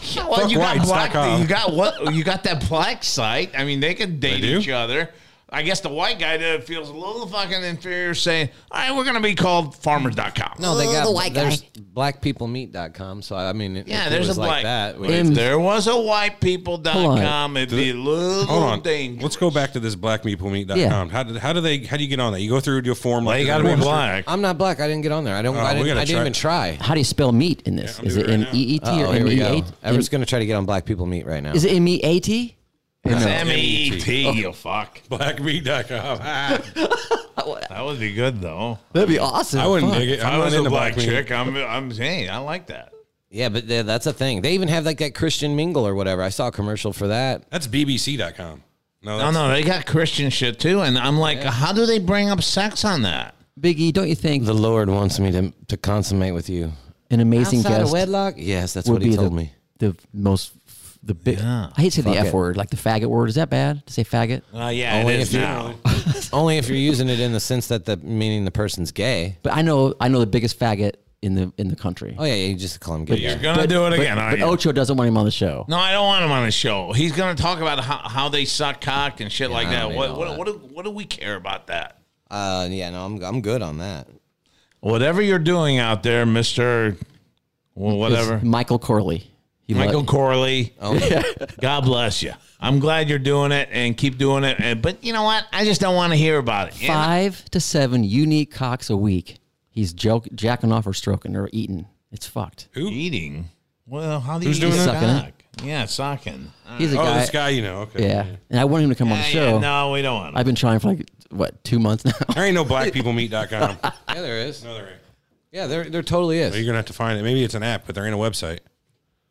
C: Yeah, well,
D: Fuck
C: you got
D: whites
C: black.
D: dot com.
C: You got what? You got that black site. I mean, they can date
D: do?
C: each other. I guess the white guy that feels a little fucking inferior saying, "All right, we're gonna be called Farmers.com."
E: No,
F: Uh,
E: they
G: Oh,
E: got
G: the white
E: there's blackpeoplemeat.com. So I mean, if
C: Yeah,
E: it
C: there's a
E: was
C: black.
E: like that. we-
C: if there was a whitepeople.com, it'd be a little
D: Hold on.
C: dangerous.
D: Let's go back to this blackmeatmeat.com.
F: Yeah.
D: How, do, how do they? How do you get on that? You go through, do a form.
C: Well,
D: like
C: you gotta be
D: everyone else?
C: black.
E: I'm not black. I didn't get on there. I don't.
D: Oh,
E: I
D: we
E: didn't,
D: gotta
E: I didn't
D: try-
E: even try.
F: How do you spell meat in this?
D: I'm
F: is it
D: doing it
F: in
D: right now.
F: E E T
E: Oh,
F: or
E: here
F: M
E: we
F: E
E: go.
F: A?
E: Everett's gonna try to get on black people meat right now.
F: Is it M E A T?
C: It's M E E T. You fuck. <laughs>
D: Blackmeat.com.
C: Ah, That would be good though.
F: That'd be awesome.
D: I wouldn't
F: Fuck.
D: dig it.
C: If i
D: I'm
C: was
D: not
C: a
D: into
C: black
D: black meat.
C: chick, I'm. I'm saying I like that.
E: Yeah, but th- that's a thing. They even have like that Christian mingle or whatever. I saw a commercial for that.
D: That's BBC.com.
C: No,
D: No, that's,
C: no, they got Christian shit too, and I'm like, how do they bring up sex on that?
F: Biggie, don't you think
E: The Lord wants me to to consummate with you.
F: an amazing
E: Outside of
F: guest
E: wedlock? Yes, that's
F: would
E: what
F: be
E: he told
F: the,
E: me.
F: the most the big? I hate to say the
E: Fuck
F: f
E: it.
F: word, like the faggot word. Is that bad to say faggot?
C: Uh, yeah,
E: Only
C: it is
E: if you-
C: now.
E: Only if you're using it in the sense that the meaning the person's gay.
F: But I know I know the biggest faggot in the in the country.
E: Oh yeah, you just call him gay.
C: You're gonna do it again, aren't
F: But
C: you?
F: Ocho doesn't want him on the show.
C: no, I don't want him on the show. He's gonna talk about how, how they suck cock and shit like
E: I
C: that.
E: don't
C: What
E: need
C: what,
E: all
C: what do, what do we care about that?
E: Uh, yeah, no, I'm I'm good on that.
C: Whatever you're doing out there, Mister, well,
F: It's
C: whatever,
F: Michael Corley. He
C: Michael
F: lo-
C: Corley. <laughs> God bless you. I'm glad you're doing it and keep doing it. And, but you know what? I just don't want to hear about it. Yeah.
F: five to seven unique cocks a week. He's joke, jacking off or stroking or eating. It's fucked.
C: Eating. Well, how do
D: Who's
C: you eat
D: doing it?
C: cock?
F: Sucking it?
C: Yeah, sucking. Uh,
F: He's a
D: Oh,
F: guy.
D: this guy, you know. Okay.
F: yeah, and I want him to come on
C: Yeah,
F: the
C: yeah,
F: show.
C: no, we don't want. Him.
F: I've been trying for like what two months now.
D: There ain't no blackpeoplemeat.com.
E: Yeah, there is.
D: no, there ain't.
E: Yeah, there there totally
D: But you're
E: is.
D: gonna have to find it. Maybe it's an app, but there ain't a website.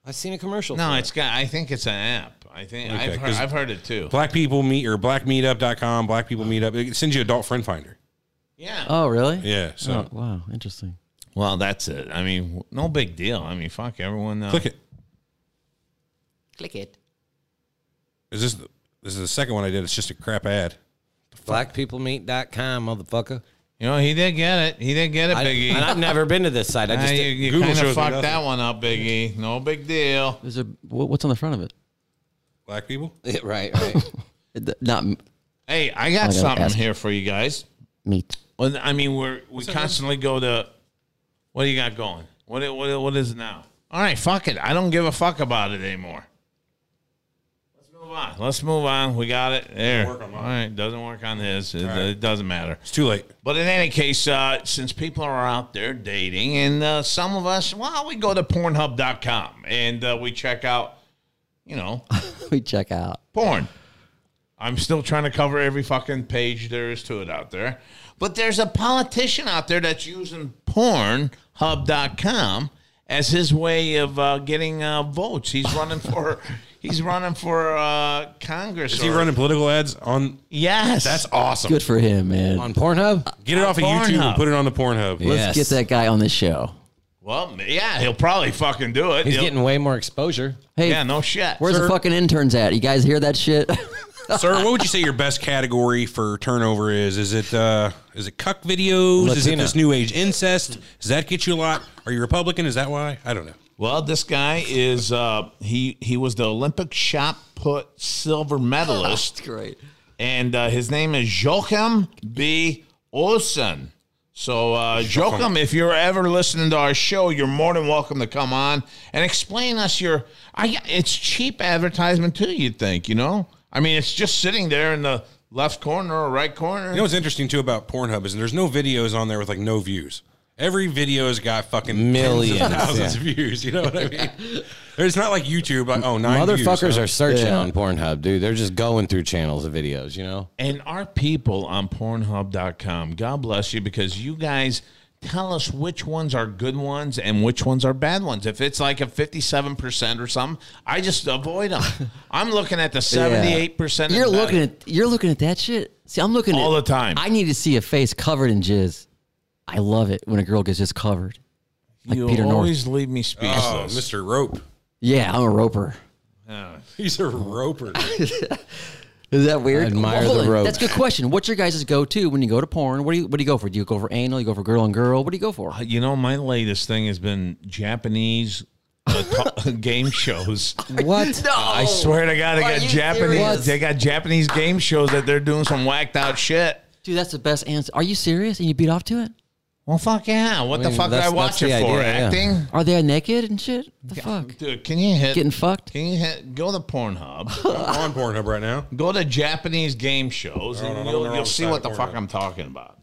E: I've seen a
C: <laughs>
E: commercial.
C: No,
E: for
C: it's got. I think it's an app. I think I've, heard,
D: 'cause-
C: I've heard it too.
D: Black people meet or blackmeetup.com, black people meetup. It sends you adult friend finder.
C: Yeah.
F: oh, really?
D: Yeah. So
F: Oh, wow, interesting.
C: well, that's it. I mean, w- no big deal. I mean, fuck everyone. Uh,
D: click it.
G: Click it.
D: Is this the- this is the second one I did? It's just a crap ad.
E: it. blackpeoplemeat.com, motherfucker.
C: You know, he did get it. He did get it,
E: I,
C: Biggie.
E: and I've never been to this site. I
C: Uh,
E: just
C: you
E: did-
C: you
D: Google
C: kind of
D: shows me
C: fucked
D: nothing.
C: that one up, Biggie. No big deal.
F: There's a wha- what's on the front of it?
D: Black people.
E: Yeah, <laughs> right, right.
F: Th- Not m-
C: Hey, I got
F: gotta
C: something
F: ask.
C: here for you guys.
F: <laughs> meat.
C: Well, I mean, we're we constantly go to. What do you got going? What i- what i- what is it now? All right, fuck it. I don't give a fuck about it anymore. Let's move on. Let's move on. We got it there.
D: work on mine.
C: All right, doesn't work on his. It, it doesn't matter.
D: It's too late.
C: But in any case, uh, since people are out there dating, and uh, some of us, well, we go to Pornhub.com and uh, we check out, you know,
F: we check out.
C: porn. I'm still trying to cover every fucking page there is to it out there. But there's a politician out there that's using pornhub.com as his way of uh, getting uh, votes. He's running for he's running for uh, Congress.
D: Is he
C: or-
D: running political ads on?
C: Yes.
D: That's awesome.
F: Good for him, man.
E: On Pornhub?
D: Get it off of YouTube
C: Pornhub.
D: and put it on the Pornhub.
F: Let's get that guy on the show.
C: well, yeah, he'll probably fucking do it.
E: He's
C: He'll-
E: getting way more exposure.
F: Hey,
C: yeah, no shit.
F: where's the fucking interns at? You guys hear that shit? <laughs>
D: Sir, what would you say your best category for turnover is? Is it uh, is it cuck videos? Is it
E: Latina.
D: this new age incest? Does that get you a lot? Are you Republican? Is that why? I don't know.
C: Well, this guy is uh, he he was the Olympic shot put silver
F: <laughs>
C: medalist.
F: Great.
C: and uh, his name is Joachim B. Olsen. So, uh, Joachim, if you're ever listening to our show, you're more than welcome to come on and explain us your. I, it's cheap advertisement too. You'd think, you know. I mean, it's just sitting there in the left corner or right corner.
D: You know what's interesting too about Pornhub is there's no videos on there with like no views. Every video's got fucking millions,
E: Millions,
D: of thousands
E: yeah.
D: of views. You know what I mean? It's not like YouTube. Like, oh, nine
E: Motherfuckers
D: views,
E: are searching on Pornhub, dude. They're just going through channels of videos, you know?
C: And our people on Pornhub.com, God bless you, because you guys tell us which ones are good ones and which ones are bad ones. If it's like a 57% or something, I just avoid
F: <laughs>
C: them. I'm looking at the 78%. and
F: You're
C: better.
F: looking at you're looking at that shit. See, I'm looking
C: All
F: at,
C: the time.
F: I need to see a face covered in jizz. I love it when a girl gets just covered. Like
C: you
F: Peter North.
C: always leave me
D: Oh,
C: speechless.
D: Mr. Rope.
F: Yeah, I'm a roper.
D: He's a roper.
F: Is that weird?
E: I admire the
F: hold on.
E: ropes.
F: That's a good question. What's your guys' go to when you go to porn? What do you what do you go for? Do you go for anal? You go for girl and girl? What do you go for?
C: You know, my latest thing has been Japanese uh,
F: <laughs>
C: ta- game shows.
F: Oh,
E: What?
C: I swear to God, they
G: Are
C: got
G: you
C: Japanese.
G: serious?
C: They got Japanese game shows that they're doing some whacked out shit.
F: Dude, that's the best answer. Are you serious? And you beat off to it?
C: Well, fuck yeah! What
E: I
C: the
E: mean,
C: fuck did I
E: that's-
C: watch it
E: that's the
C: for?
E: idea, yeah.
C: Acting,
F: Are they naked and shit? The fuck?
C: dude. Can you hit?
F: Getting fucked?
C: Can you hit, go to
F: <laughs>
C: Pornhub?
D: I'm on Pornhub right now.
C: go to Japanese game shows,
D: No, no,
C: and
D: no,
C: you'll,
D: they're
C: you'll
D: on
C: see
D: site
C: what the fuck
D: Pornhub.
C: I'm talking about.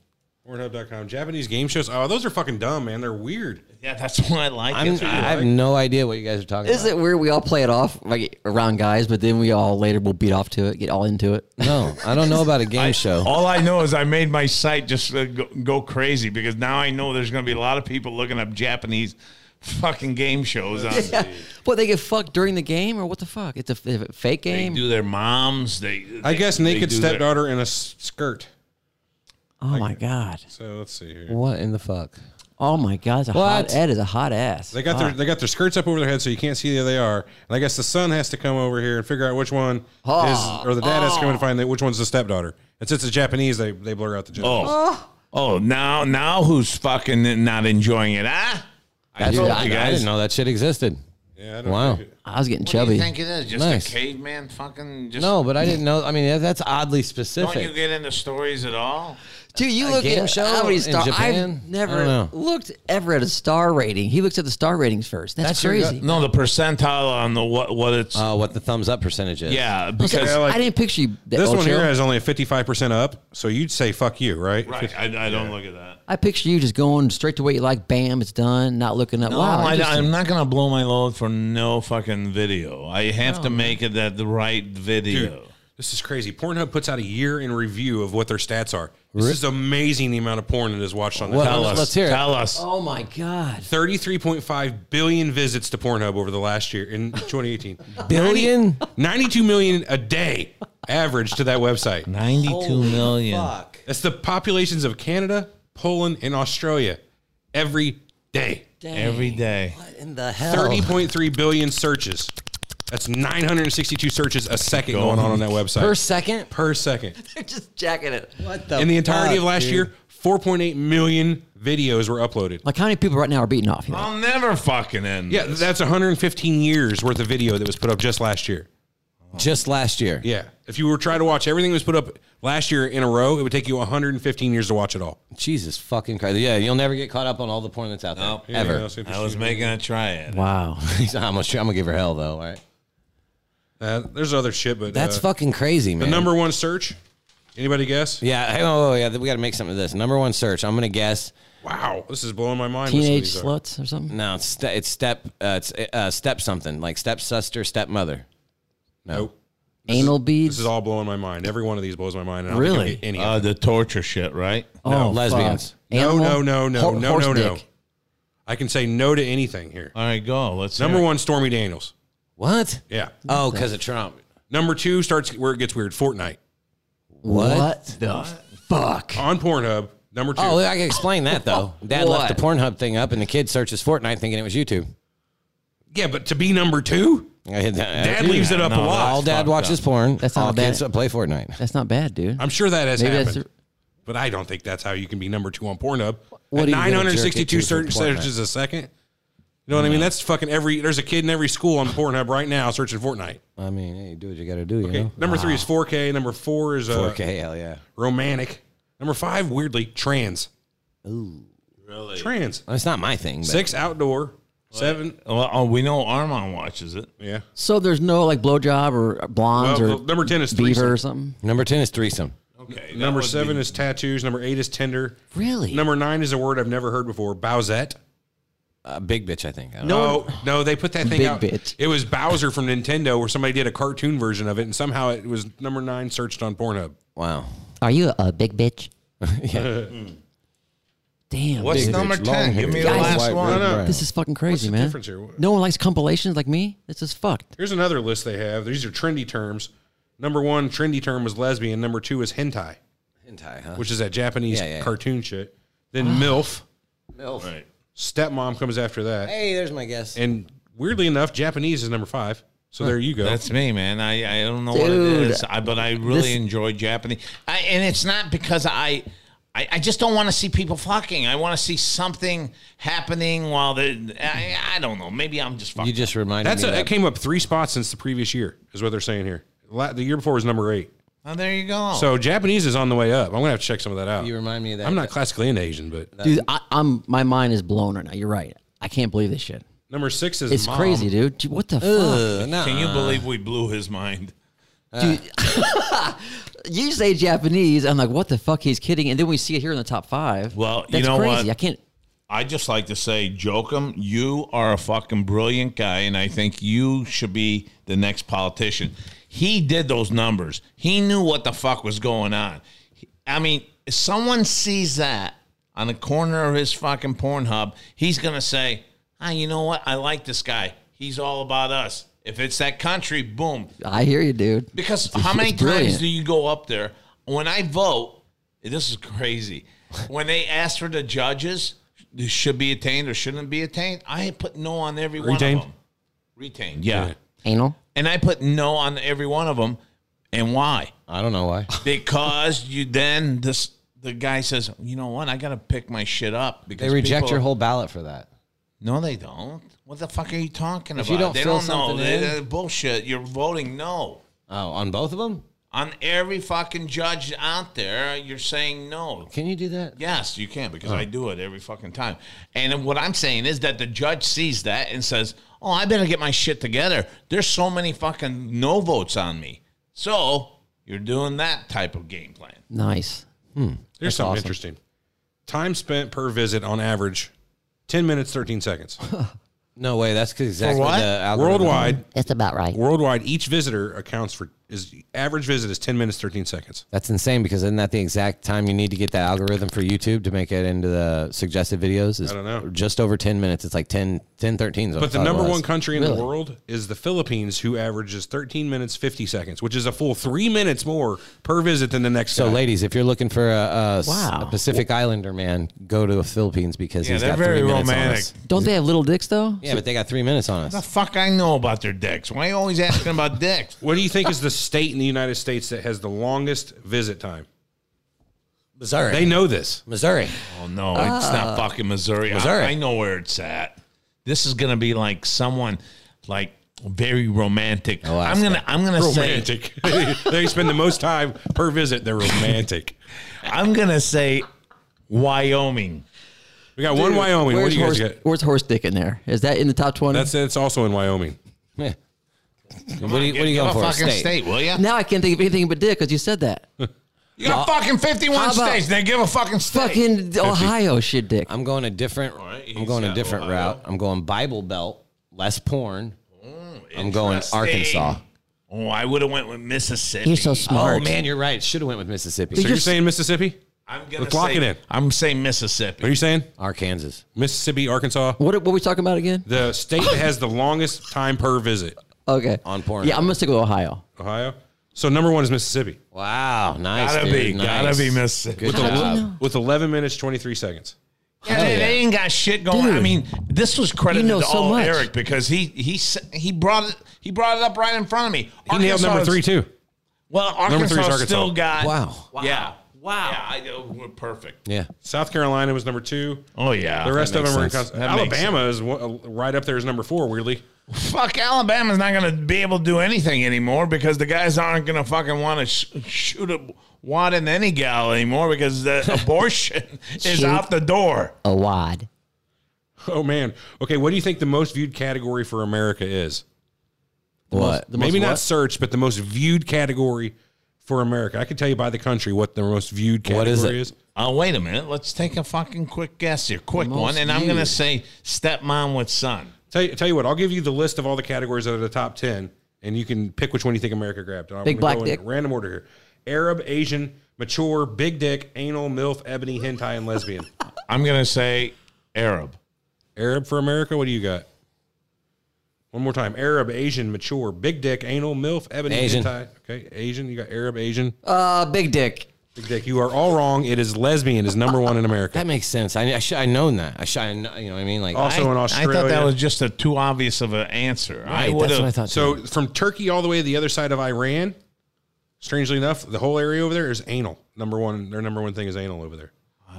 D: Pornhub.com. Japanese game shows. Oh, those are fucking dumb, man. They're weird.
C: Yeah, that's why I like
E: I'm,
C: it.
E: I have no idea what you guys are talking
F: Is
E: about.
F: it weird we all play it off like around guys, but then we all later will beat off to it, get all into it?
E: No, I don't know about a game show.
C: All I know is I made my site just uh, go, go crazy because now I know there's going to be a lot of people looking up Japanese fucking game shows. On,
F: <laughs> What they get fucked during the game or what the fuck? It's a, f- a fake
C: They
F: game.
C: do their moms. They,
D: I
C: they-
D: guess
C: they
D: naked
C: do their-
D: stepdaughter in a s- skirt.
F: Oh my god.
D: So let's see here.
E: What in the fuck?
F: Oh my god. It's a
E: What?
F: hot Ed is a hot ass.
D: They got their they got their skirts up over their head, so you can't see where they are. And I guess the son has to come over here and figure out which one is, or the dad has to come and find out which one's the stepdaughter. And since it's Japanese, they, they blur out the gender.
C: Oh, oh, now now who's fucking not enjoying it? Huh?
E: That's
C: told
E: what
C: you
E: I, I
C: guys.
E: didn't know that shit existed.
D: yeah, I don't
E: Wow.
D: think it-
F: I was getting
C: What do
F: chubby.
C: you think it is? Just
E: Nice.
C: a caveman fucking just
E: No, but I didn't know. I mean, that- that's
C: Don't
E: oddly
C: you
E: specific.
C: get into stories at all?
F: Dude, you look
E: game
F: at
E: show
F: how many
E: in
F: star.
E: Japan?
F: I've
E: I don't
F: never
E: know.
F: looked ever at a star rating. He looks at the star ratings first. That's, crazy.
C: No, the percentile on the what what it's
E: Uh, what the thumbs up percentage is?
C: yeah
F: Okay,
C: because
D: Yeah, like-
F: I didn't picture you. That
D: This one
F: Ocho.
D: here has only a fifty five percent up, so you'd say fuck you, right?
C: right I, I don't look at that.
F: I picture you just going straight to what you like. Bam, it's done. Not looking up.
C: No,
F: wow,
C: I,
F: interesting.
C: am not gonna blow my load for no fucking video. I have to make it that the right video.
D: Dude, this is crazy. Pornhub puts out a year in review of what their stats are. This is amazing the amount of porn that is watched on the
E: Well,
D: Tell
E: let's-
D: us.
E: let's hear it.
C: Tell us.
F: Oh my god.
D: 33.5 billion visits to Pornhub over the last year in 2018.
E: Billion?
D: 92 million a day average to that website.
C: Ninety-two million.
D: That's the populations of Canada, Poland, and Australia every day.
C: every day.
F: What in the hell? <laughs>
D: 30.3 billion searches. That's 962 searches a second going on on that website.
E: Per second?
D: per second.
F: They're just jacking it. What
D: In the entirety of last year, 4.8 million videos were uploaded.
F: Like how many people right now are beating off?
D: Oh.
F: You know?
C: I'll never fucking end.
D: Yeah,
C: this.
D: that's 115 years worth of video that was put up just last year.
E: Just last year.
D: Yeah. If you were trying to watch everything that was put up last year in a row, it would take you 115 years to watch it all.
E: Jesus fucking Christ. Yeah, you'll never get caught up on all the porn that's out there. Ever. <laughs>
C: I was making a try at it.
F: Wow.
E: I'm going to give her hell, though. All right.
D: Uh, there's other shit, but
E: That's
D: uh,
E: fucking crazy, man.
D: the number one search. Anybody guess?
E: Yeah. Hey, oh, yeah. We got to make something of this. Number one search. I'm going to guess.
D: Wow, this is blowing my mind. what some of
F: Teenage
D: these are.
F: sluts or something.
E: No, it's, ste- it's step uh, it's uh, step something like step sister, stepmother.
D: Nope.
F: Anal beads.
D: This is all blowing my mind. Every one of these blows my mind. And I don't
F: Really?
D: think I'll get any
C: Uh,
D: of
C: the torture shit, right?
F: oh,
E: no,
F: fuck.
E: lesbians.
D: them.
F: Animal?
D: No, no, no, no,
F: Hor-
D: no,
F: horse
D: no, no.
F: dick. Uh,
D: I can say no to anything here.
C: All right, go. Let's hear
D: Number
C: it.
D: one, Stormy Daniels.
E: What?
D: Yeah.
E: Oh, because of Trump.
D: Number two starts where it gets weird. Fortnite
F: What,
E: What?
F: the fuck?
D: on Pornhub. Number two.
E: Oh, I can explain that though. Dad left the Pornhub thing up, and the kid searches Fortnite thinking it was YouTube.
D: yeah, but to be number two,
E: I hit that-
D: Dad
E: Dude,
D: leaves it up
C: no,
D: a lot.
E: All dad watches porn.
F: That's
E: all
F: not bad.
E: kids play Fortnite.
F: That's not bad, dude.
D: I'm sure that has
F: Maybe that's
D: happened, but I don't think that's how you can be number two on Pornhub.
E: What
D: At
E: are you gonna jerk it
D: 962
E: to from
D: search searches a second. You know what I mean? That's fucking every. There's a kid in every school on Pornhub right now searching Fortnite.
E: I mean, hey, do what you got to do. You
D: Okay.
E: know.
D: Number three is 4K. Number four is uh,
E: 4K, hell yeah.
D: romantic. Number five, weirdly, trans. Ooh, really? Trans.
E: Well, it's not my thing. But
D: Six outdoor. Seven.
C: Well, oh, we know Armand watches it.
D: Yeah.
F: So there's no like blowjob or blondes
D: Well,
F: or
D: number 10 is
F: beaver
D: threesome.
F: or something.
E: Number ten is threesome.
C: Okay.
D: Number seven is tattoos. Number eight is Tinder.
F: Really?
D: Number nine is a word I've never heard before. Bowsette.
E: Uh, big bitch, I think. I don't know.
D: No, Oh, no, they put that thing
F: Big
D: out.
F: bitch.
D: It was Bowser from Nintendo, where somebody did a cartoon version of it, and somehow it was number nine searched on Pornhub.
E: Wow.
F: Are you a big bitch? Damn.
C: What's
F: dude.
C: number ten? Give me the
F: Guys,
C: last one.
F: This is fucking crazy,
D: the
F: man.
D: difference here?
F: No one likes compilations like me. This is fucked.
D: Here's another list they have. These are trendy terms. Number one trendy term was lesbian. Number two is hentai,
E: Hentai, huh?
D: which is that Japanese
E: Yeah, yeah, yeah.
D: cartoon shit. Then milf. Stepmom comes after that,
E: Hey, there's my guess.
D: and weirdly enough, Japanese is number five. So there you go.
C: That's me, man. I, I don't know what it
F: Dude.
C: is, I, but I really
F: This-
C: enjoy Japanese. I, and it's not because I, I, I just don't want to see people fucking. I want to see something happening while the. I, I don't know. Maybe I'm just fucking.
E: You just reminded
D: That's
E: me.
D: a,
E: that-
D: that came up three spots since the previous year, is what they're saying here. La- The year before was number eight.
C: oh, there you go.
D: So Japanese is on the way up. I'm gonna have to check some of that out.
E: you remind me of that.
D: I'm not classically into Asian, but
F: dude. I, I'm my mind is blown right now. You're right. I can't believe this shit.
D: number six is
F: It's
D: mom.
F: crazy, dude. Dude, What the
E: Ugh, nah.
C: Can you believe we blew his mind?
F: fuck? You say Japanese, I'm like, what the fuck? He's kidding. And then we see it here in the top five.
C: Well, you
F: That's
C: know
F: crazy.
C: what?
F: I can't.
C: I just like to say, Jokum, you are a fucking brilliant guy, and I think you should be the next politician. He did those numbers. He knew what the fuck was going on. He- I mean, if someone sees that on the corner of his fucking Pornhub, he's gonna say, "Ah, you know what? I like this guy. He's all about us." If it's that country, boom,
F: I hear you, dude.
C: because
F: It's-
C: how
F: it's
C: many times
F: brilliant.
C: do you go up there? When I vote, this is crazy. When they ask for the judges, this should be attained or shouldn't be attained. I put no on every
D: Retained?
C: one of them. Retained, yeah.
D: Yeah.
F: anal?
C: And I put no on every one of them. And why?
E: I don't know why.
C: <laughs> Because you then this the guy says, you know what? I gotta pick my shit up because
E: They reject
C: people-
E: your whole ballot for that.
C: No, they don't. What the fuck are you talking
E: If
C: about?
E: you don't
C: they
E: fill
C: don't know.
E: something
C: They-
E: in-
C: they're bullshit. You're voting no.
E: Oh, on both of them?
C: on every fucking judge out there, you're saying no.
E: Can you do that?
C: Yes, you can because I do it every fucking time. And then what I'm saying is that the judge sees that and says, "Oh, I better get my shit together. There's so many fucking no votes on me." So you're doing that type of game plan.
F: Nice.
D: Here's something
F: awesome.
D: interesting. Time spent per visit on average, ten minutes, thirteen seconds.
E: No way. That's exactly
C: what?
E: the algorithm.
D: worldwide,
G: That's about right.
D: worldwide, each visitor accounts for is average visit is ten minutes, thirteen seconds.
E: That's insane because isn't that the exact time you need to get that algorithm for YouTube to make it into the suggested videos? Is
D: I don't know.
E: Just over 10 minutes. It's like 10, 10 13. is what I
D: But the
E: thought it
D: number
E: was.
D: one country in
F: Really?
D: the world is the Philippines, who averages 13 minutes 50 seconds, which is a full three minutes more per visit than the next.
E: So,
D: guy.
E: ladies, if you're looking for a, a s-
F: Wow.
E: a Pacific Islander man, go to the Philippines because he's got three minutes on us.
F: Don't they have little dicks though?
E: Yeah, but they got three minutes on
C: The
E: us.
C: fuck I know about their dicks. Why are you always asking about dicks?
D: What do you think is the state in the United States that has the longest visit time?
E: Missouri.
D: They know this.
E: Missouri.
C: Oh no, it's not fucking Missouri. I-
E: Missouri.
C: I, know where it's at. This is gonna be like someone like very romantic. I'm gonna I'm gonna say
D: Romantic. <laughs> they spend the most time per visit. They're romantic.
C: I'm gonna say Wyoming.
D: We got one Wyoming. What
F: Where's
D: do you guys
F: horse,
D: get?
F: where's horse dick in there? Is that in the top twenty?
D: That's it's also in Wyoming.
E: Yeah. What are you, what are you
C: Give
E: going
C: a
E: for?
C: fucking
E: State.
C: state, will ya?
F: now I can't think of anything but dick because you said that.
C: You got fucking 51
F: How about-
C: states. They give a fucking state.
F: Fucking Ohio shit dick.
E: I'm going a different.
C: right,
E: I'm
C: he's
E: going a
C: got
E: different
C: Ohio.
E: route. I'm going Bible Belt, less porn. I'm going
C: Interesting.
E: Arkansas.
C: Oh, I would have went with Mississippi.
G: You're so
E: Oh
G: smart.
E: man, you're right. Should have went with Mississippi.
D: So you're saying Mississippi?
C: I'm gonna
D: Let's lock
C: say-
D: it in.
C: I'm saying Mississippi.
D: Are you saying
E: Arkansas.
D: Mississippi, Arkansas?
F: What, are- what are we talking about again?
D: The state that has the longest time per visit.
F: Okay.
E: On porn.
F: Yeah, I'm gonna stick with Ohio.
D: Ohio. So number one is Mississippi
E: Wow, nice.
C: Gotta
E: dude,
C: be,
E: nice.
C: gotta be Mississippi.
E: Good
F: How did
E: job.
F: you know?
D: with 11 minutes 23 seconds.
C: Yeah, they,
E: yeah.
C: they ain't got shit going. I
F: Dude.
C: mean, this was credited
F: You know
C: to
F: so
C: all
F: much.
C: Eric because he he s- he brought it he brought it up right in front of me.
D: He nailed number three too.
C: Well,
D: Number
C: Arkansas,
D: three is Arkansas.
C: still got
E: Wow.
C: Yeah. Wow. Yeah, I, know, we're perfect.
E: Yeah.
D: South Carolina was number two.
C: Oh yeah.
D: The rest of them
E: makes
D: are in
E: sense.
D: Cons-
C: That makes
D: Alabama is one- uh, right up there as number four. Weirdly, <laughs>
C: fuck Alabama's not going to be able to do anything anymore because the guys aren't going to fucking want to sh- shoot a wad in any gal anymore because the <laughs> abortion is
G: Shoot.
C: out the door.
G: A wad.
D: oh man. Okay, what do you think the most viewed category for America is?
E: What?
F: The most
D: Maybe not
F: what?
D: search, but the most viewed category for America. I can tell you by the country what the most viewed
E: What
D: category
E: is it?
D: is.
C: Uh, wait a minute. Let's take a fucking quick guess here, quick
F: Most
C: one, and I'm going to
F: viewed.
C: say stepmom with son.
D: Tell you, tell you what, I'll give you the list of all the categories that are the top ten, and you can pick which one you think America grabbed. I'm
F: Big
D: gonna
F: black
D: go in
F: dick.
D: Random order here: Arab, Asian, mature, big dick, anal, milf, ebony, hentai, and
F: <laughs>
D: lesbian.
C: I'm going to say Arab.
D: Arab for America. What do you got? One more time: Arab, Asian, mature, big dick, anal, milf, ebony,
E: Asian.
D: hentai. Okay, Asian. You got Arab, Asian.
F: Uh, big dick.
D: Big Dick, you are all wrong. It is lesbian is number one in America.
E: That makes sense. I, I should I known that. I should I know, you know what I mean? Like
D: Also in
C: I thought
D: Australia.
C: that was just a too obvious of an answer. I
E: Right,
C: would
E: that's what I
C: have.
E: thought.
D: So
E: too.
D: from Turkey all the way to the other side of Iran, strangely enough, the whole area over there is anal. Number one, their number one thing is anal over there.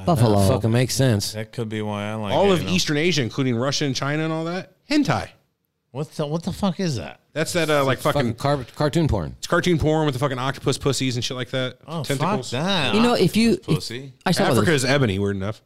G: Buffalo.
E: Uh, fucking makes sense.
C: That could be why I like
D: all
C: it,
D: of
C: you know.
D: Eastern Asia, including Russia and China and all that, hentai.
C: What the what the fuck is that?
D: That's that uh, like fucking
E: Fucking car- cartoon porn.
D: cartoon porn with the fucking octopus pussies and shit like that.
C: Oh,
D: Tentacles.
C: fuck that.
G: You know, if you, if-
C: Pussy.
G: I saw
D: Africa
G: this.
D: is ebony, weird enough.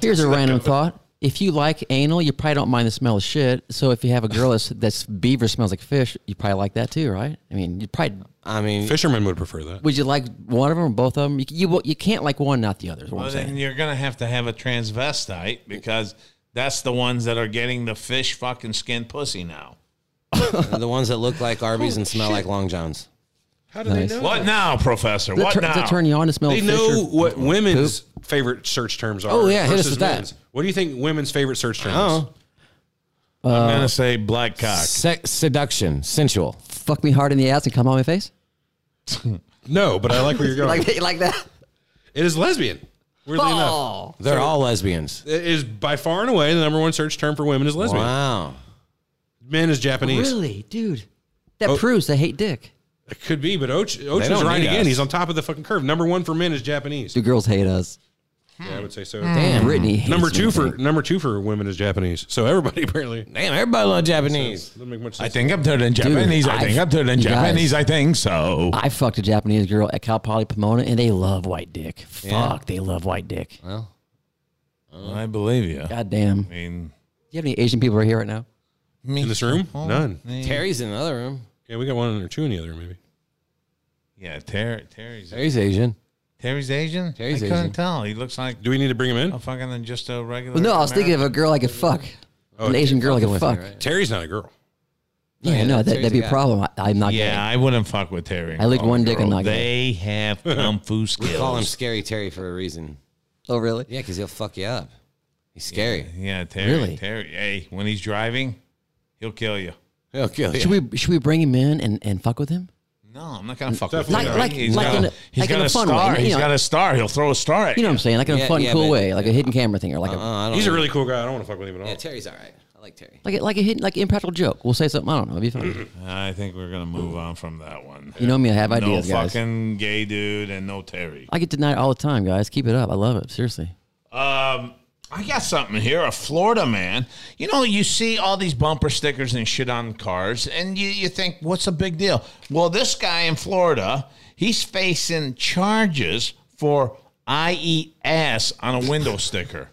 G: Here's a random thought. If you like anal, you probably don't mind the smell of shit. So if you have a girl that's, that's beaver smells like fish, you probably like that too, right? I mean, you probably
E: I mean,
D: Fishermen would prefer that.
G: would you like one of them or both of them? You, you you can't like one, not the other. Is what
C: Well,
G: I'm saying.
C: then you're gonna have to have a transvestite because that's the ones that are getting the fish fucking skin pussy now.
E: the ones that look like Arby's and smell like Long Johns.
D: How do
G: Nice.
D: they know? Oh,
C: What now, Professor? What
G: Does it tur-
C: now?
G: does it turn you on to smell
D: They
G: of fish? or-
D: know what women's favorite search terms are.
E: Oh, yeah, hit us
D: versus
E: with that.
D: men's. What do you think women's favorite search terms?
E: Oh,
G: Uh,
C: I'm gonna say black cock.
E: sex, seduction, sensual.
G: fuck me hard in the ass and come on my face?
D: No, but I like <laughs> where you're going.
G: <laughs> Like, like that?
D: it is lesbian. Weirdly enough,
G: Oh.
E: They're all lesbians.
D: it is by far and away the number one search term for women is lesbian.
E: Wow.
D: Men is Japanese.
G: Really, dude? That proves they hate dick.
D: It could be, but Och Ocho's
E: don't
D: right
E: need
D: again.
E: us. Mm.
D: He's on top of the fucking curve. Number one for men is Japanese.
G: Do girls hate us?
D: Yeah, I would say so.
G: Mm.
E: Damn.
G: Brittany hates
D: Number
G: me,
D: two
G: I
D: for
E: Mm.
G: think.
D: number two for women is Japanese. So everybody <laughs> apparently
E: Damn, everybody loves Japanese.
D: doesn't make much
C: I
D: sense.
C: think I'm third in Japanese. I
G: I've-
C: think I'm third in
G: you guys-
C: Japanese. I think so.
G: I fucked a Japanese girl at Cal Poly Pomona, and they love white dick. Fuck, they love white dick.
C: I believe you. I
G: God damn. Do
C: mean, Oh,
G: you have any Asian people right here right now?
D: in this room, none.
E: Terry's in another room.
D: Yeah, we got one or two in the other maybe.
C: yeah, Terry, Terry's
E: Terry's Asian.
C: Terry's Asian.
E: Terry's
C: I couldn't
E: Asian.
C: tell. He looks like
D: Do we need to bring him
C: a
E: Oh,
D: in?
C: fucking just a regular.
G: Well, no, Oh, I was thinking of
C: American.
G: a girl I could fuck. An Asian girl I could fuck.
D: Terry's not a girl.
G: Yeah, no, that, that'd be a problem. I, I'm not
C: Yeah, I wouldn't fuck with Terry.
G: I licked
C: Oh,
G: one dick and
C: girl,
G: not
C: They have kung fu skills.
E: Call him Scary Terry for a reason.
G: Oh, really?
E: Yeah, because he'll fuck you up. He's scary.
C: Yeah, Terry.
G: Really?
C: Terry. Hey, when he's driving, he'll kill you.
E: He'll kill you.
G: Should we should we bring him in and, and fuck with him?
C: No, I'm not gonna fuck with
D: Definitely not.
C: Terry.
G: Like-
C: he's
G: like
C: got,
G: in
C: a,
G: a-
C: he's
G: like
C: got
G: in
C: a
G: a fun way,
C: star.
G: you
C: He's
G: know.
C: got a star. He'll throw a star at
G: You
C: you.
G: know what I'm saying? Like in a
E: Yeah,
G: fun,
E: yeah,
G: cool
E: but-
G: way, like a hidden camera thing, or like a
E: Uh, I don't
D: He's a
E: know.
D: really cool guy. I don't want to fuck with him at all.
E: Yeah, Terry's all right. I like Terry.
G: like a, like a hidden like impractical joke. We'll say something. I don't know. It'd be fun.
C: I think we're gonna move on from that one.
G: you know me. I have
C: no
G: ideas, guys.
C: fucking gay dude and no Terry.
G: I get denied all the time, guys. Keep it up. I love it. Seriously.
C: Um, I got something here. A Florida man. You know, you see all these bumper stickers and shit on cars, and you, you think, what's a big deal? Well, this guy in Florida, he's facing charges for I eat ass on a
E: <laughs>
C: window sticker.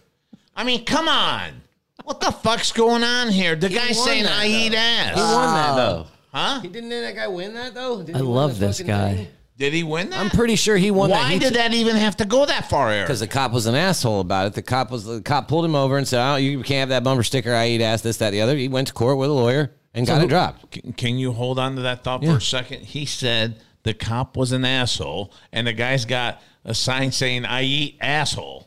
C: I mean, come on. What the fuck's going on here? The guy's
E: won
C: saying
E: that,
C: I E eat ass.
E: won that though.
C: Huh?
E: He didn't that guy win that though?
G: I love this guy.
C: Did he win that?
E: I'm pretty sure he won that.
C: Why did that even have to go that far, Eric?
E: Because the cop was an asshole about it. The cop was the cop pulled him over and said, oh, "You can't have that bumper sticker. I eat ass. This, that, the other." He went to court with a lawyer and got it dropped.
C: Can, can you hold on to that thought for a second? He said the cop was an asshole, and the guy's got a sign saying "I eat asshole,"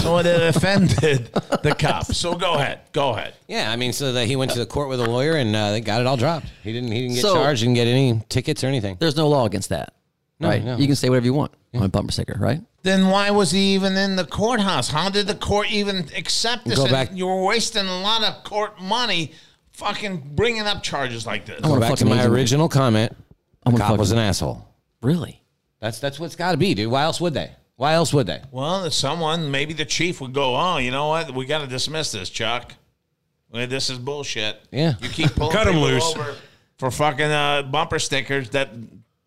C: so it offended the cop. So go ahead, go ahead.
E: Yeah, I mean, so that he went to the court with a lawyer and uh, they got it all dropped. He didn't. He didn't get
G: So-
E: charged. Didn't get any tickets or anything.
G: There's no law against that. right?
E: no.
G: You can say whatever you want on a bumper sticker, right?
C: Then why was he even in the courthouse? How did the court even accept this?
E: Go
C: And
E: back-
C: You were wasting a lot of court money, fucking bringing up charges like this.
G: I
E: Go
G: wanna
E: back
G: fuck
E: to
G: an
E: my
G: Asian man.
E: original comment.
G: I'm
E: The
G: gonna
E: cop
G: fuck
E: was
G: him.
E: an asshole.
G: Really?
E: That's that's what's got to be, dude. Why else would they? Why else would they?
C: Well, someone, maybe the chief would go, "Oh, you know what? We got to dismiss this, Chuck. Well, This is bullshit."
E: Yeah.
C: you keep pulling
D: Cut 'em
C: people
D: loose.
C: over for fucking uh, bumper stickers that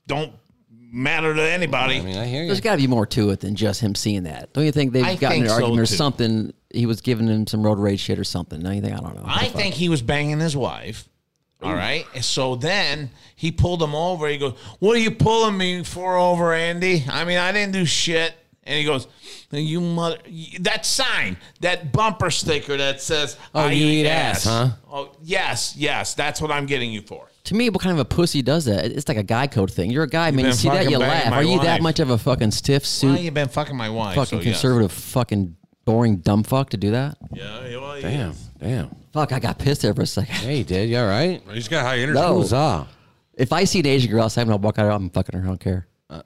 C: don't matter to anybody.
E: I mean, I hear you.
G: There's got to be more to it than just him seeing that. Don't you think they've
C: I
G: gotten
C: think
G: an
C: so,
G: argument or
C: too.
G: something? He was giving him some road rage shit or something. Don't you think? I don't know.
C: I think he was banging his wife. All right. And so then he pulled him over. He goes, What are you pulling me for over, Andy? I mean, I didn't do shit. And he goes, You mother, that sign, that bumper sticker that says,
E: Oh,
C: I
E: you eat ass, huh?
C: Oh, yes, yes. That's what I'm getting you for.
G: To me, what kind of a pussy does that? It's like a guy code thing. You're a guy, man. You
C: been
G: see that,
C: fucking
G: you
C: banging
G: laugh.
C: my
G: Are you
C: wife.
G: that much of a fucking stiff
C: Well,
G: suit,
C: you've been fucking my wife.
G: fucking
C: so yes.
G: conservative, fucking boring dumb fuck to do that?
C: Yeah, yeah, well, yeah.
E: damn, damn.
G: Fuck, I got pissed there for a second. <laughs>
E: Hey, dude, you all right?
D: He's got high energy.
G: No.
E: Huzzah.
G: If I see an Asian girl outside and I walk out, I'm fucking her. I don't care.
D: I'll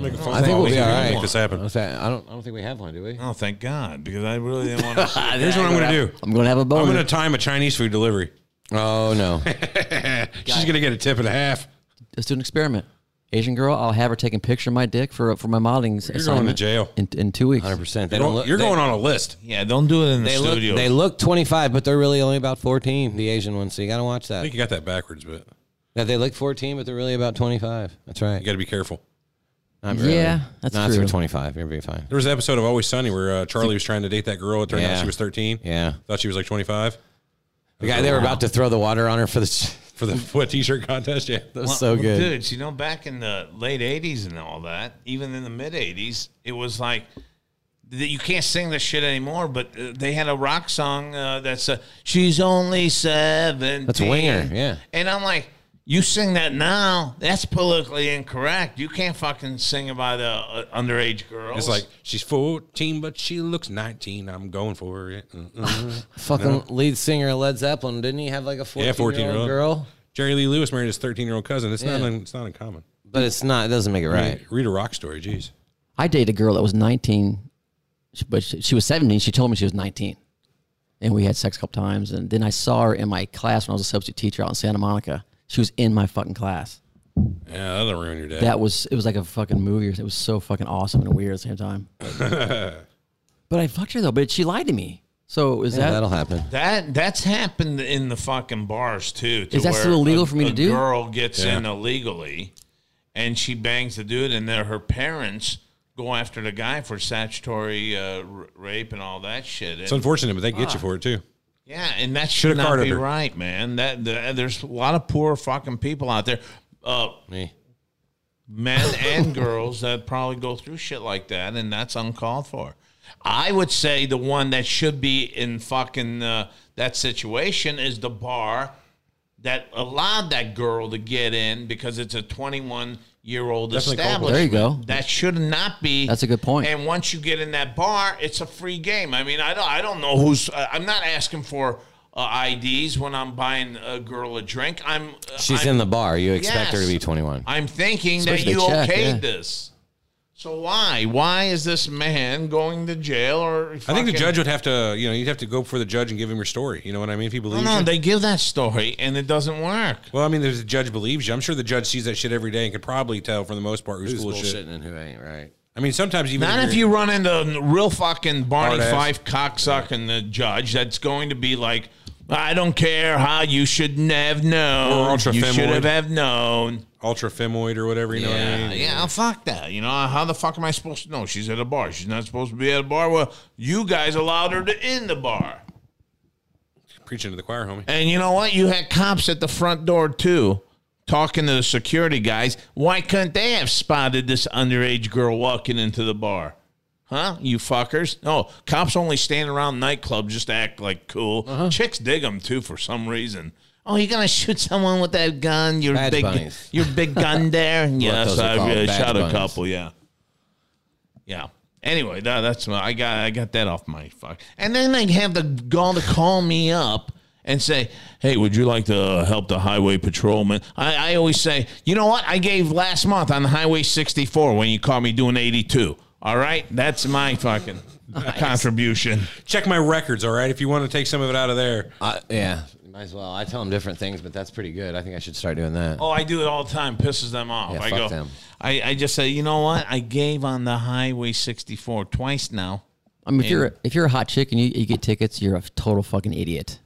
D: make a phone
E: I think
D: call.
E: we'll
D: We
E: be all
D: can
E: right.
D: Make this happen.
E: What's that? I don't. I don't think we have one, do we?
C: Oh, thank God, because I really didn't
E: <laughs>
C: want to.
D: Here's what I'm going to do.
F: I'm gonna have a
D: I'm going to
F: bonus.
D: time a Chinese food delivery.
E: Oh <laughs> no.
D: She's going to get a tip and a half.
F: Let's do an experiment. Asian girl, I'll have her taking a picture of my dick for for my modeling You're
D: to
F: assignment.
D: jail.
F: in, in two weeks.
E: Hundred percent. They
D: You're
E: don't
D: going-
E: look.
D: you're
E: they,
D: going on a list.
C: Yeah, don't do it in the
E: They look.
C: studio.
E: They look 25, but they're really only about 14. The Asian ones. So you got to watch
D: I
E: that.
D: think you got that backwards, but
E: That they look 14, but they're really about 25. That's right.
D: you got to be careful.
E: Not
F: Yeah, that's
E: Not
F: true.
E: through 25. You'll be fine.
D: There was an episode of Always Sunny where uh, Charlie was trying to date that girl. It turned out
E: Yeah.
D: she was 13.
E: Yeah.
D: Thought she was like 25
E: The guy they were about to throw the water on her for the.
D: for the what t-shirt contest. Yeah.
E: <laughs> That was so good.
C: dudes. You know, back in the late '80s and all that, even in the mid '80s, it was like that you can't sing this shit anymore. But uh, they had a rock song uh, that's uh, "She's Only 17.
E: That's Winger, yeah.
C: And I'm like, you sing that now? That's politically incorrect. You can't fucking sing about uh, uh, underage girls.
D: It's like she's 14, but she looks 19. I'm going for it. Mm-mm.
E: Fucking lead singer of Led Zeppelin. Didn't he have like a 14
D: Yeah,
E: year
D: 14-year-old.
E: old girl?
D: Jerry Lee Lewis married his 13 year old cousin. It's not.
E: Yeah.
D: Un, it's not uncommon.
E: But it's not. It doesn't make it right.
D: Read a rock story. Jeez.
F: I dated a girl that was 19, sh- but she, she was 17. She told me she was 19. And we had sex a couple times. And then I saw her in my class when I was a substitute teacher out in Santa Monica. She was in my fucking class.
D: Yeah, that'll ruin your day.
F: That was, it was like a fucking movie. or It was so fucking awesome and weird at the
D: <laughs>
F: same time. but I fucked her though, but she lied to me. So is
E: Yeah,
F: that,
E: that'll happen.
C: That that's happened in the fucking bars too. to
F: Is that
C: where
F: still illegal
C: a-
F: for me to
C: a
F: do?
C: Girl gets in illegally, and she bangs the dude, and then her parents go after the guy for statutory uh, r- rape and all that shit.
D: It's
C: And-
D: unfortunate, but they get you for it too.
C: yeah, and that
D: Shoulda
C: should not
D: carded
C: be
D: her.
C: right, man. That the, there's a lot of poor fucking people out there. Uh,
E: Me.
F: <laughs>
C: men and girls that probably go through shit like that, and that's uncalled for. I would say the one that should be in fucking uh, that situation is the bar that allowed that girl to get in because it's a 21 year old
D: Definitely culpable.
C: establishment.
F: There you go.
C: That should not be.
F: That's a good point.
C: And once you get in that bar, it's a free game. I mean, I don't, I don't know who's. I- I'm not asking for uh, IDs when I'm buying a girl a drink. I'm. uh,
E: She's
C: I'm,
E: in the bar. You expect her to be
C: Yes.
E: 21.
C: I'm thinking
F: Especially
C: that you
F: they check,
C: okayed
F: yeah.
C: this. So why? Why is this man going to jail or?
D: I think the judge would have to. You know, you'd have to go before the judge and give him your story. You know what I mean? If he believes
C: No,
D: you.
C: no, they give that story and it doesn't work.
D: well, I mean, if the judge believes you, I'm sure the judge sees that shit every day and could probably tell for the most part who's, bullshit.
E: and who ain't right.
D: I mean, sometimes even
C: Not if
D: you're-
C: you run into real fucking Barney
D: Hard ass.
C: Fife cocksucking the judge. That's going to be like, I don't care how you shouldn't have
D: Or
C: known.
D: ultra
C: You
D: femoid.
C: should have have known.
D: ultra femoid or whatever. You know what I
C: Yeah,
D: mean?
C: yeah, fuck that. You know, how the fuck am I supposed to know? She's at a bar. She's not supposed to be at a bar. Well, you guys allowed her to in the bar.
D: Preaching to the choir, homie.
C: And you know what? You had cops at the front door too, talking to the security guys. Why couldn't they have spotted this underage girl walking into the bar? Huh? You fuckers. No, cops only stand around nightclubs just to act like cool.
E: Uh-huh.
C: Chicks dig them too for some reason. Oh, you're gonna shoot someone with that gun? Your
E: Badge
C: big,
E: bunnies.
C: your big gun there?
E: <laughs>
C: yeah,
E: those
C: so
E: are
C: I
E: called,
C: uh,
E: badge
C: shot a
E: bunnies.
C: couple. Yeah, yeah. Anyway, that, that's my, I got I got that off my fuck. And then they have the gall to call me up and say, "Hey, would you like to help the highway patrolman?" I, I always say, "You know what? I gave last month on Highway 64 when you caught me doing 82. All right, that's my fucking contribution."
D: Check my records, all right? If you want to take some of it out of there.
E: I, yeah. Might as well. I tell them different things, but that's pretty good. I think I should start doing that.
C: Oh, I do it all the time. Pisses them off.
E: Yeah,
C: I
E: fuck
C: go.
E: them.
C: I, I just say, you know what? I gave on the Highway 64 twice now.
F: I mean, if you're, if you're a hot chick and you, you get tickets, you're a total fucking idiot.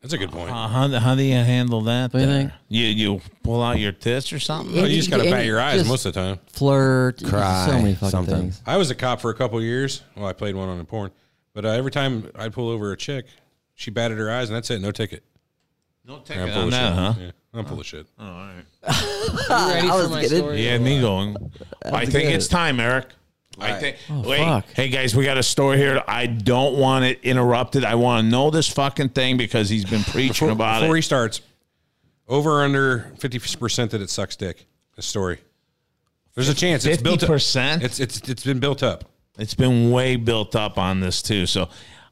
D: That's a good point.
C: Uh, how, how do you handle that?
F: do you
C: there?
F: think?
C: You you pull out your tits or something?
D: Well, Oh, you just got to
F: and-
D: bat your eyes
F: just-
D: most of the time.
F: Flirt,
E: Cry,
F: so many fucking
E: something.
F: things.
D: I was a cop for a couple years. Well, I played one on a porn. But uh, every time I'd pull over a chick, she batted her eyes, and that's it. No ticket.
C: Don't take
D: I'm
C: it
D: full
C: on
D: of
C: that,
D: shit.
C: huh?
D: Yeah, I'm full of shit.
E: You ready for
F: was
E: my
F: getting-
E: story?
C: You had me going. I think it's time, Eric. I think. wait,
F: Oh, fuck.
C: hey guys, we got a story here. I don't want it interrupted. I want to know this fucking thing because he's
F: <sighs>
C: been preaching
D: Before,
C: about
D: before
C: it.
D: he starts, over or under 50% that it sucks dick, a story. There's a chance. It's built up.
C: 50%?
D: It's, it's, it's been built up.
C: it's been way built up on this too. So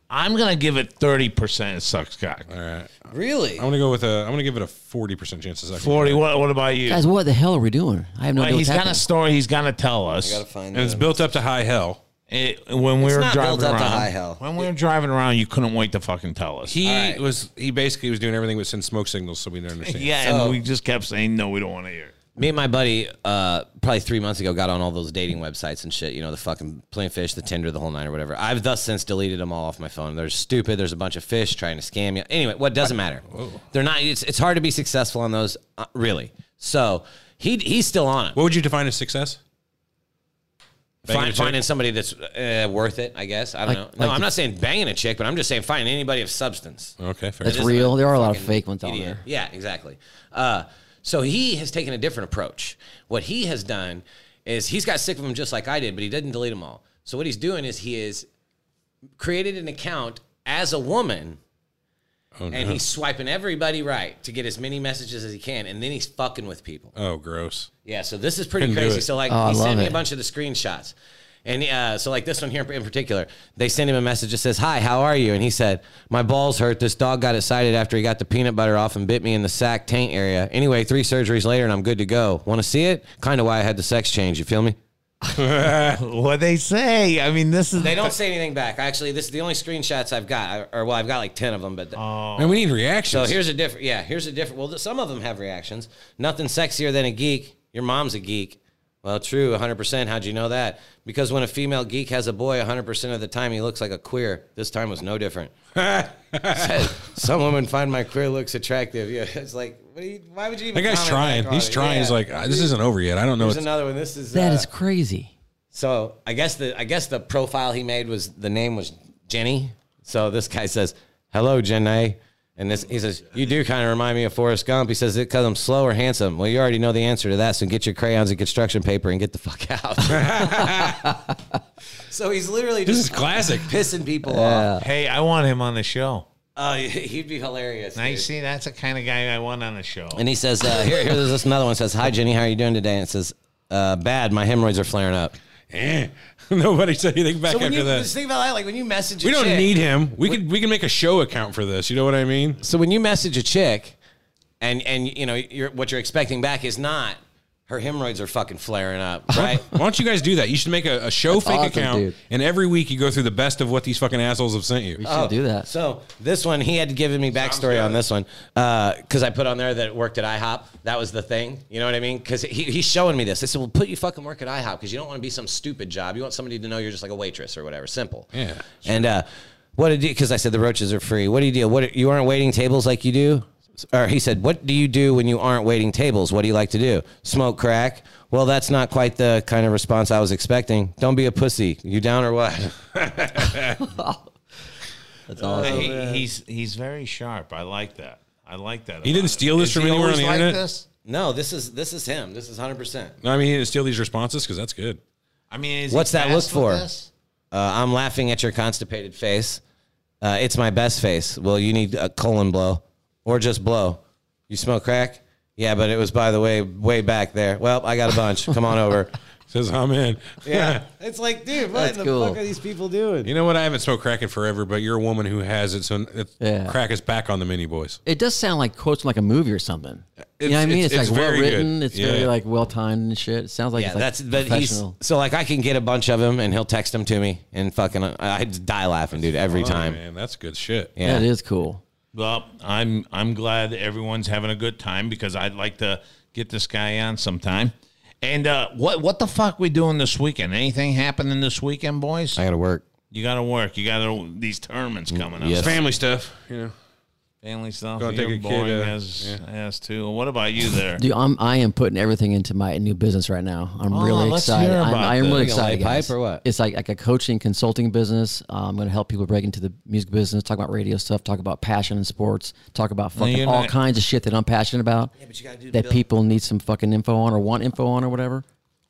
C: I'm gonna give it thirty percent. It sucks cock.
E: Really?
D: I'm gonna go with a. I'm gonna give it a forty percent chance. Of second.
C: Forty. What? What about you?
F: Guys, what the hell are we doing? I have no
C: Well,
F: idea.
C: he's got
F: what's
C: a
F: happening.
C: story. He's gonna tell us.
E: Gotta find
D: And it's
E: out.
D: built up to high hell.
C: It- when we were
E: not
C: driving
E: built up
C: around,
E: to high hell.
C: when we were driving around, you couldn't wait to fucking tell us.
D: He
E: All right.
D: was. He basically was doing everything but send smoke signals, so we didn't understand.
C: yeah,
E: So-
C: and we just kept saying no, we don't want to hear. it."
E: Me and my buddy, uh, probably three months ago, got on all those dating websites and shit. You know, the fucking plain fish, the Tinder, the whole nine or whatever. I've thus since deleted them all off my phone. They're stupid. There's a bunch of fish trying to scam you. Anyway, what doesn't matter. They're not. It's, it's hard to be successful on those, uh, really. So he he's still on it.
D: What would you define as success?
E: Find,
D: a chick?
E: finding somebody that's uh, worth it, I guess. I don't
F: Like-
E: know. No,
F: like
E: I'm
F: the-
E: not saying banging a chick, but I'm just saying finding anybody of substance.
D: Okay, fair.
F: That's
D: enough.
F: real. There are a lot of
E: fucking
F: fake ones out
E: idiot.
F: there.
E: Yeah, exactly. Uh, so he has taken a different approach. What he has done is he's got sick of them just like I did, but he didn't delete them all. So what he's doing is he has created an account as a woman. And he's swiping everybody right to get as many messages as he can, and then he's fucking with people.
D: Oh, gross.
E: Yeah, so this is pretty
D: Couldn't do
E: crazy.
D: it.
E: So like
F: Oh, I
E: he
F: love
E: sent me
F: it.
E: a bunch of the screenshots, and uh, so like this one here in particular, they sent him a message that says, "Hi, how are you?" And he said, "My balls hurt. This dog got excited after he got the peanut butter off and bit me in the sack taint area. Anyway, three surgeries later, and I'm good to go. Want to see it? Kind of why I had the sex change. You feel me?"
C: What they say? I mean, this is
E: They don't say anything back. Actually, this is the only screenshots I've got, or well, I've got like ten of them, but.
D: Man, we need
E: So
D: reactions.
E: here's a different. Yeah, here's a different. Well, th- some of them have reactions. Nothing sexier than a geek. Your mom's a geek. Well, true, 100%. How'd you know that? Because when a female geek has a boy, 100% of the time he looks like a queer. This time was no
D: <laughs>
E: different. Said, Some women find my queer looks attractive. Yeah, it's like, what do you, why would you
D: that
E: even?
D: guy's
E: comment
D: trying.
E: back on
D: He's
E: it?
D: trying.
E: Yeah.
D: He's like, "Ah, this isn't over yet. I don't know.
E: Here's
D: What's,
E: another one. This is
F: That
E: uh,
F: is crazy.
E: so I guess the I guess the profile he made was the name was Jenny. So this guy says, "Hello, Jenny," and this he says, "You do kind of remind me of Forrest Gump." He says, "It because I'm slow or handsome." Well, you already know the answer to that. So get your crayons and construction paper and get the fuck out. <laughs> so he's literally
D: this
E: just
D: is classic.
E: pissing people off.
C: Hey, I want him on the show.
E: Oh, he'd be hilarious.
C: Now you
E: dude.
C: see, that's the kind of guy I want on the show.
E: And he says, uh, "Here, here, there's this another one." It says, "Hi, Jenny. How are you doing today?" And it says, uh, "Bad. My hemorrhoids are flaring up."
D: Eh. <laughs> Nobody said anything back
E: So when
D: after
E: you
D: that.
E: just think about that, like when you message, a
D: We don't
E: chick-
D: need him. We could we can make a show account for this. You know what I mean?
E: So when you message a chick, and and you know you're, what you're expecting back is not her hemorrhoids are fucking flaring up, right?
D: Why don't you guys do that? You should make a, a show fake
F: awesome,
D: account,
F: dude.
D: and every week you go through the best of what these fucking assholes have sent you.
C: Oh.
F: Should do that.
E: so this one, he had given me backstory on this one because I put on there that it worked at IHOP. That was the thing. You know what I mean? Because he, he's showing me this. I said, "Well, put you fucking work at IHOP because you don't want to be some stupid job. You want somebody to know you're just like a waitress or whatever. Simple."
D: Yeah, sure.
E: And uh, what did you? Because I said the roaches are free. What do you do? What you aren't waiting tables like you do? Or he said, "What do you do when you aren't waiting tables? What do you like to do? Smoke crack?" Well, that's not quite the kind of response I was expecting. Don't be a pussy. You down or what?
C: He- he's he's very sharp. I like that. I like that.
D: He didn't
C: about
D: steal
C: him.
D: this
C: Is
D: from
C: he
D: anywhere on
C: always
D: the
C: like
D: internet?
C: This?
E: No, this is this is him. This is hundred percent.
D: No, I mean, he didn't steal these responses because that's good.
C: I mean, is
E: What's
C: he
E: that look
C: fast with
E: for?
C: this?
E: Uh, I'm laughing at your constipated face. Uh, it's my best face. Well, you need a colon blow or just blow. You smoke crack? Yeah, but it was by the way, way back there. Well, I got a bunch. Come on over.
D: Says I'm in. <laughs>
E: Yeah, it's like, dude, what
F: That's
E: in the
F: cool.
E: fuck are these people doing?
D: You know what? I haven't smoked crack in forever, but you're a woman who has it, so it's,
F: Yeah.
D: crack is back on the mini boys.
F: It does sound like quotes from like a movie or something. you know what I
D: It's-
F: mean?
D: it's-
F: It's,
D: it's
F: like well
D: very
F: written.
D: good.
F: It's
D: Yeah.
F: very like well timed and shit. It sounds like
E: Yeah,
F: it's like
E: that's but he's
F: professional.
E: so like I can get a bunch of him and he'll text them to me and fucking uh, I I'd die laughing, dude, every
D: Oh,
E: time.
D: man, that's good shit.
E: Yeah.
F: That is cool.
C: Well, I'm I'm glad everyone's having a good time because I'd like to get this guy on sometime. And uh, what what the fuck we doing this weekend? Anything happening this weekend, boys?
E: I gotta work.
C: You got to work. You got to these tournaments
F: Mm,
C: coming up.
E: Yes.
D: Family stuff. You know,
C: Family stuff.
D: Gonna take
C: You're
D: a kid,
C: boring
D: uh,
C: as as too. What about you
F: <laughs>
C: there?
F: Dude, I'm I am putting everything into my new business right now. I'm
C: Oh,
F: really
C: let's
F: excited.
C: hear
F: I'm,
C: about
F: I am
C: this.
F: really
E: You gonna lay
F: excited. guys.
E: pipe or what?
F: It's like like a coaching consulting business. Uh, I'm going to help people break into the music business. Talk about radio stuff. Talk about passion in sports. Talk about fucking
C: you're
F: all
C: not-
F: kinds of shit that I'm passionate about. that people need some fucking info on or want info on or whatever.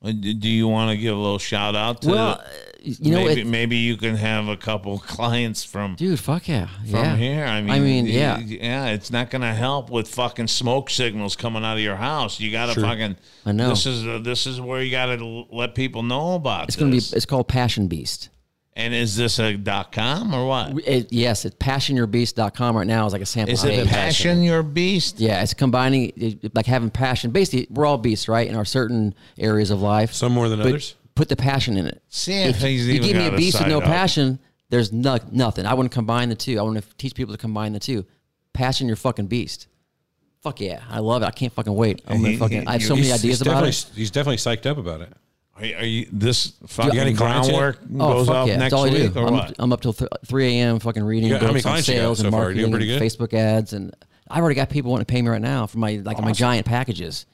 C: Uh, d- Do you want to give a little shout out to?
F: Well, uh, you know,
C: maybe,
F: it,
C: maybe you can have a couple <laughs> clients from
F: dude, fuck yeah,
C: from
F: yeah.
C: here. I mean,
F: I mean,
C: y-
F: yeah.
C: y- yeah. It's not going to help with fucking smoke signals coming out of your house. You got to fucking.
F: I know.
C: This is uh, this is where you got to let people know about.
F: It's gonna be.
C: this.
F: It's called Passion Beast.
C: And is this a dot com or what?
G: It, yes, it's passionyourbeast.com right now is like a sample.
C: Is it
G: page.
C: passion your beast?
G: Yeah, it's combining it- like having passion. Basically, we're all beasts, right? In our certain areas of life,
D: Some more than
G: But
D: others.
G: Put the passion in it.
C: See if he's
G: you
C: even
G: give me
C: got
G: a beast with
C: side
G: no
C: up.
G: passion, there's no, nothing. I want to combine the two. I want to teach people to combine the two. Passion, your fucking beast. Fuck yeah, I love it. I can't fucking wait. I'm gonna
C: He-
G: fucking. I have
C: he-
G: so many
D: He's-
G: ideas
D: he's
G: about
D: definitely-
G: it.
D: He's definitely psyched up about it.
C: Are you, are you this fucking
D: any clients yet?
C: groundwork
G: Oh
C: goes
G: fuck
C: off
G: yeah,
C: next
G: that's all I
C: week
G: do.
C: or
G: I'm,
C: what?
G: Up, I'm up till th- 3 a.m. fucking reading
D: Yeah, how many
G: books on
D: clients you got
G: sales
D: so
G: and
D: far? You doing
G: marketing,
D: pretty
G: and Facebook ads, and I've already got people wanting to pay me right now for my like my giant packages.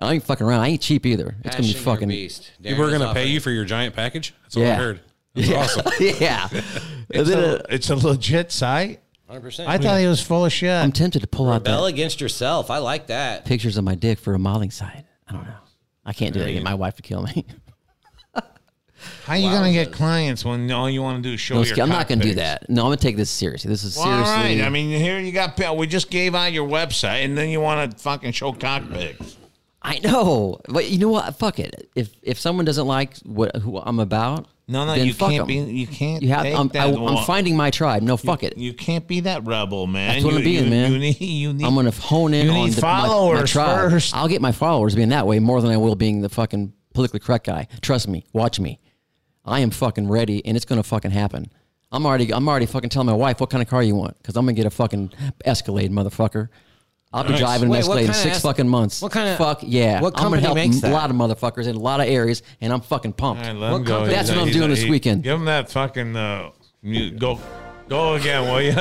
G: I ain't fucking around. I ain't cheap either. It's gonna be
E: Passion your
G: fucking
E: beast.
D: People are
E: Darren is
D: going to pay
E: offering.
D: you for your giant package. That's all I
G: Yeah.
D: heard. That's awesome.
G: <laughs> yeah. And
C: It's
G: then,
C: a,
G: uh,
C: it's a legit site.
E: 100%.
C: I thought he was full of shit.
G: I'm tempted to pull out
E: Rebel
G: that
E: against yourself. I like that.
G: pictures of my dick for a modeling site. I don't know. I can't do that. Get my wife to kill me.
C: How you gonna get clients when all you want to do is show
G: No, <laughs>
C: your? cock
G: I'm not gonna do
C: pics?
G: that. No, I'm gonna take this seriously. This is
C: Well,
G: seriously.
C: All right. I mean, here you got. We just gave out your website, and then you want to fucking show cock pics.
G: I know, but you know what? Fuck it. If if someone doesn't like what who I'm about,
C: No, no,
G: then
C: you
G: fuck
C: can't
G: 'em.
C: be. You can't.
G: You have.
C: take
G: I'm,
C: that
G: I,
C: wa-
G: am finding my tribe. No, fuck it.
C: You can't be that rebel, man.
G: That's what
C: you,
G: I'm being,
C: you,
G: man.
C: You need. You need.
G: I'm gonna hone in
C: you
G: on
C: need
G: the, my- my,
C: followers
G: tribe.
C: first.
G: I'll get my followers being that way more than I will being the fucking politically correct guy. Trust me. Watch me. I am fucking ready, and it's gonna fucking happen. I'm already. I'm already fucking telling my wife what kind of car you want because I'm gonna get a fucking Escalade, motherfucker. I'll be driving
E: Wait,
G: an
E: what
G: Escalade in
E: kinda
G: six
E: Esca-
G: fucking months.
E: what kinda-
G: Fuck yeah.
E: what
G: I'm
E: company
G: gonna help
E: makes
G: a
E: that?
G: lot of motherfuckers in a lot of areas, and I'm fucking pumped.
C: All right, let him
E: What
C: go.
E: company-
G: That's
C: He's
G: what
C: a-
G: I'm doing
C: he's a-
G: this
C: he-
G: weekend.
C: Give him that fucking uh, mute. Go, go again, will you?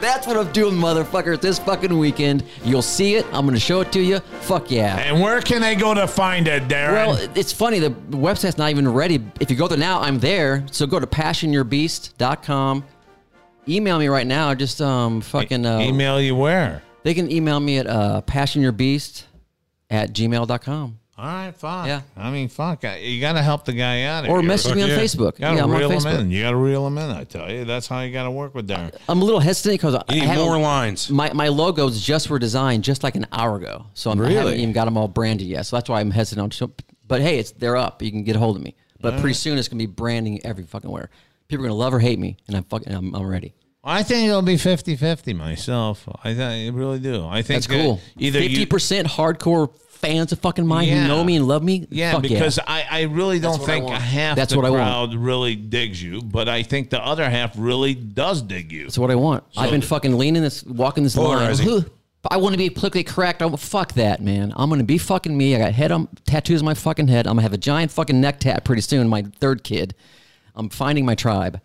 G: That's what I'm doing, motherfuckers. This fucking weekend, you'll see it. I'm gonna show it to you. Fuck yeah.
C: <laughs> and where can they go to find it, Darren?
G: Well, it's funny. The website's not even ready. If you go there now, I'm there. So go to passionyourbeast.com. Email me right now. Just um fucking uh,
C: email you where?
G: They can email me at uh, passionyourbeast at gmail.com.
C: All right, fuck.
G: Yeah.
C: I mean, fuck. I- You got to help the guy out.
G: Or
C: here.
G: message me on
D: yeah.
G: Facebook.
C: You got to
G: Yeah, I'm on
C: reel him
G: Facebook.
C: in. You got to reel him in. I tell you, that's how you got to work with Darren.
G: I'm a little hesitant because I
D: You need
G: haven't-
D: more lines.
G: My, my logos just were designed just like an hour ago. So I'm, I haven't even got them all branded yet. So that's why I'm hesitant on show. But hey, it's they're up. You can get a hold of me. But pretty soon it's going to be branding every fucking where. People are going to love or hate me. And I'm fucking, I'm, I'm ready.
C: I think it'll be 50-50 myself. I, th- I really do. I think
G: That's cool.
C: that Either you-
G: 50% hardcore fans of fucking mine
C: Yeah.
G: who know me and love me.
C: Yeah,
G: Fuck
C: because I, I really don't
E: what I
C: think
E: want.
C: half
G: That's
C: the
G: what I want.
C: crowd really digs you, but I think the other half really does dig you.
G: That's what I want. I've been fucking leaning this, walking this line.
D: Polarizing.
G: Who- I want to be politically correct. I'm fuck that, man. I'm gonna be fucking me. I got head on tattoos on my fucking head. I'm gonna have a giant fucking neck tat pretty soon. My third kid. I'm finding my tribe.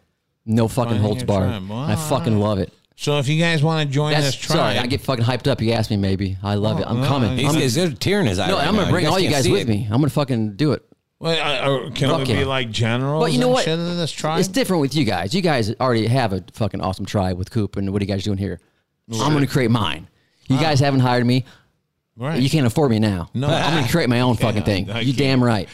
G: No fucking
C: Finding
G: holds
C: your
G: barred.
C: tribe. Wow.
G: I fucking love it.
C: So if you guys want to join
G: That's
C: this tribe,
G: sorry. I get fucking hyped up. You asked me, maybe. I love it. I'm
C: no,
G: coming.
C: he's-
G: I'm,
E: He's, there's a tear in his eye.
G: no,
E: right
G: I'm gonna
E: now.
G: bring all you
E: can't
G: guys
E: see
G: with
E: it.
G: me. I'm gonna fucking do it.
C: Well, I- I- can
G: Fuck
C: we be
G: yeah.
C: like generals
G: But you know
C: and
G: what?
C: shit in this tribe?
G: It's different with you guys. You guys already have a fucking awesome tribe with Coop and what are you guys doing here? I'm going to create mine. You guys haven't hired me.
C: right.
G: You can't afford me now. No, I'm going to create my own fucking
C: <laughs>
G: thing.
C: I
G: You
C: can't.
G: damn right.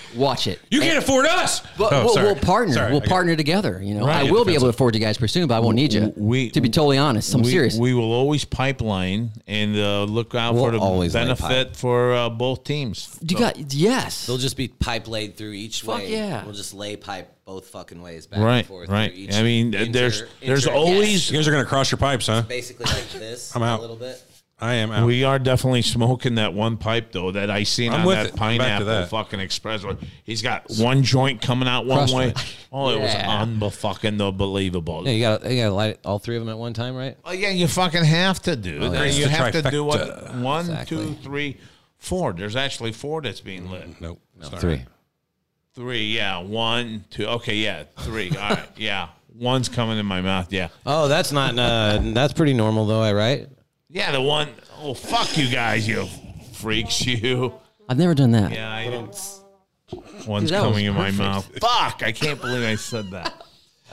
C: <laughs>
G: Watch it.
D: You can't afford us.
G: But
D: Oh,
G: we'll,
D: sorry.
G: we'll partner.
D: Sorry,
G: we'll
D: I got-
G: partner together. You know,
C: Right.
G: I will be able to afford you guys pretty soon, but I won't need you.
C: we-
G: to be totally honest, I'm
C: we,
G: serious.
C: We will always pipeline and uh, look out
E: We'll
C: for the
E: always lay pipe.
C: benefit for uh, both teams.
G: you got yes.
E: They'll just be pipe laid through each
G: Fuck
E: way.
G: yeah.
E: We'll just lay pipe both fucking ways back
C: Right,
E: and forth.
C: right.
E: Through each
C: I mean, th- there's
E: inter-
C: there's
E: inter-
C: always
D: You guys are going to cross your pipes, huh?
E: basically like this.
D: I'm out.
E: A little bit.
D: I am out.
C: we are definitely smoking that one pipe though that I seen
D: I'm
C: on
D: with
C: that
D: it. I'm back to
C: pineapple
D: that.
C: fucking express. one. He's got one joint coming out one
E: Crushed
C: way.
E: it.
C: Oh, it was
G: Yeah.
C: unfucking believable.
E: Yeah, you got you got to light all three of them at one time, right?
C: Well, Oh, yeah, you fucking have to do. that.
D: It's
C: You
D: the
C: have to do what?
D: trifecta.
C: One, two,
E: Exactly.
C: three, four. There's actually four that's being lit.
D: Nope. Sorry.
E: Three.
C: Three, yeah. One, two. Okay, yeah. Three. All right, <laughs> yeah. One's coming in my mouth. Yeah,
E: Oh, that's not. Uh, that's pretty normal though. I right.
C: yeah. The one oh fuck you guys, you freaks, <laughs> you.
G: I've never done that.
C: Yeah, I don't. One's
G: Dude, that was
C: coming in my mouth. Fuck! I can't believe I said that.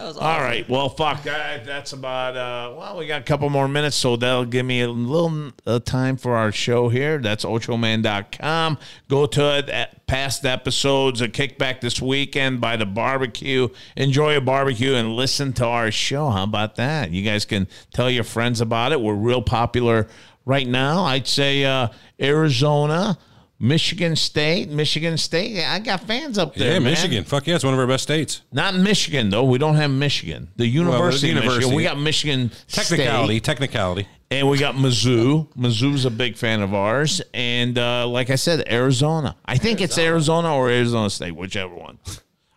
C: All right. Well, fuck. That, that's about. Uh, well, we got a couple more minutes, so that'll give me a little uh, time for our show here. That's ochoman.com. Go to it. At past episodes, a kickback this weekend by the barbecue. Enjoy a barbecue and listen to our show. How about that? You guys can tell your friends about it. We're real popular right now. I'd say uh, Arizona. Michigan State, Michigan State. I got fans up there.
D: yeah,
C: man.
D: Michigan. Fuck yeah, it's one of our best states.
C: Not Michigan though. We don't have Michigan. The University, of
D: university.
C: Michigan. We got Michigan
D: Technicality,
C: State.
D: technicality.
C: And we got Mizzou. Mizzou's a big fan of ours. And uh, like I said, Arizona. I think it's Arizona or Arizona State, whichever one.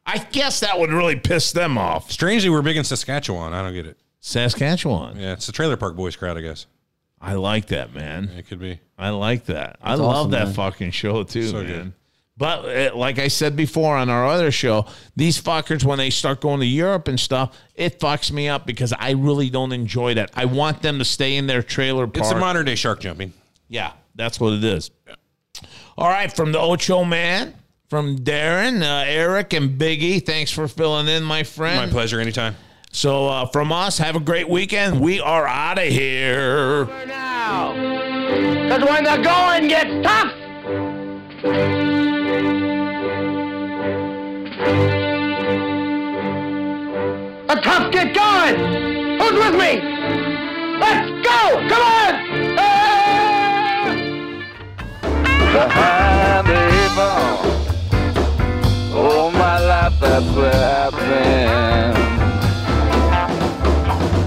C: I guess that would really piss them off.
D: Strangely, we're big in Saskatchewan. I don't get it.
C: Saskatchewan.
D: Yeah, it's the Trailer Park Boys crowd, I guess.
C: I like that, man.
D: It could be.
C: I like that. I
F: That's
C: love
F: awesome,
C: that
F: man.
C: fucking show too,
D: So
C: man.
D: good.
C: But uh, like I said before on our other show, these fuckers when they start going to Europe and stuff, it fucks me up because I really don't enjoy that. I want them to stay in their trailer park.
D: It's a modern day shark jumping.
C: Yeah, that's what it is. All right, from the Ocho Man, from Darren, uh, Eric, and Biggie. Thanks for filling in, my
D: My
C: friend.
D: pleasure anytime.
C: so uh, from us, have a great weekend. We are out of here.
H: now. Because when the going gets tough, the tough get going. Who's with me? Let's go! Come on! Ah!
B: behind the eight ball. All my life that's where I've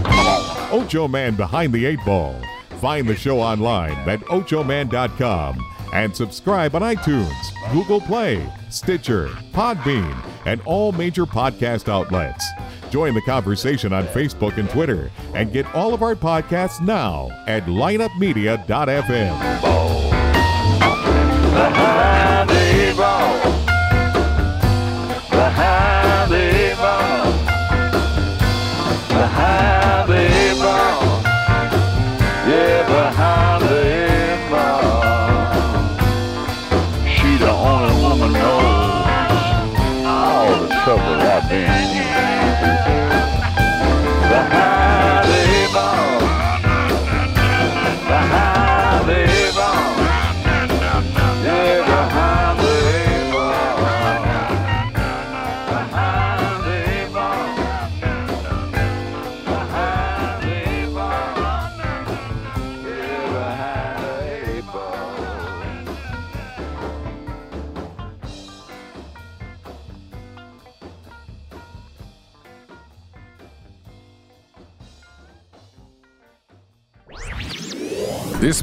B: been.
A: Ocho Man Behind the Eight Ball. Find the show online at ochoman.com and subscribe on iTunes, Google Play, Stitcher, Podbean, and all major podcast outlets. Join the conversation on Facebook and Twitter and get all of our podcasts now at lineupmedia.fm.
B: Behind the eight ball. Behind the eight ball. Behind the eight ball. Yeah, behind the eight ball. She the only woman knows all the trouble I've been in. Behind the eight ball. Behind the eight ball. Yeah, behind the eight ball. Behind the eight ball. Behind the eight ball. Yeah, behind the eight ball.
I: This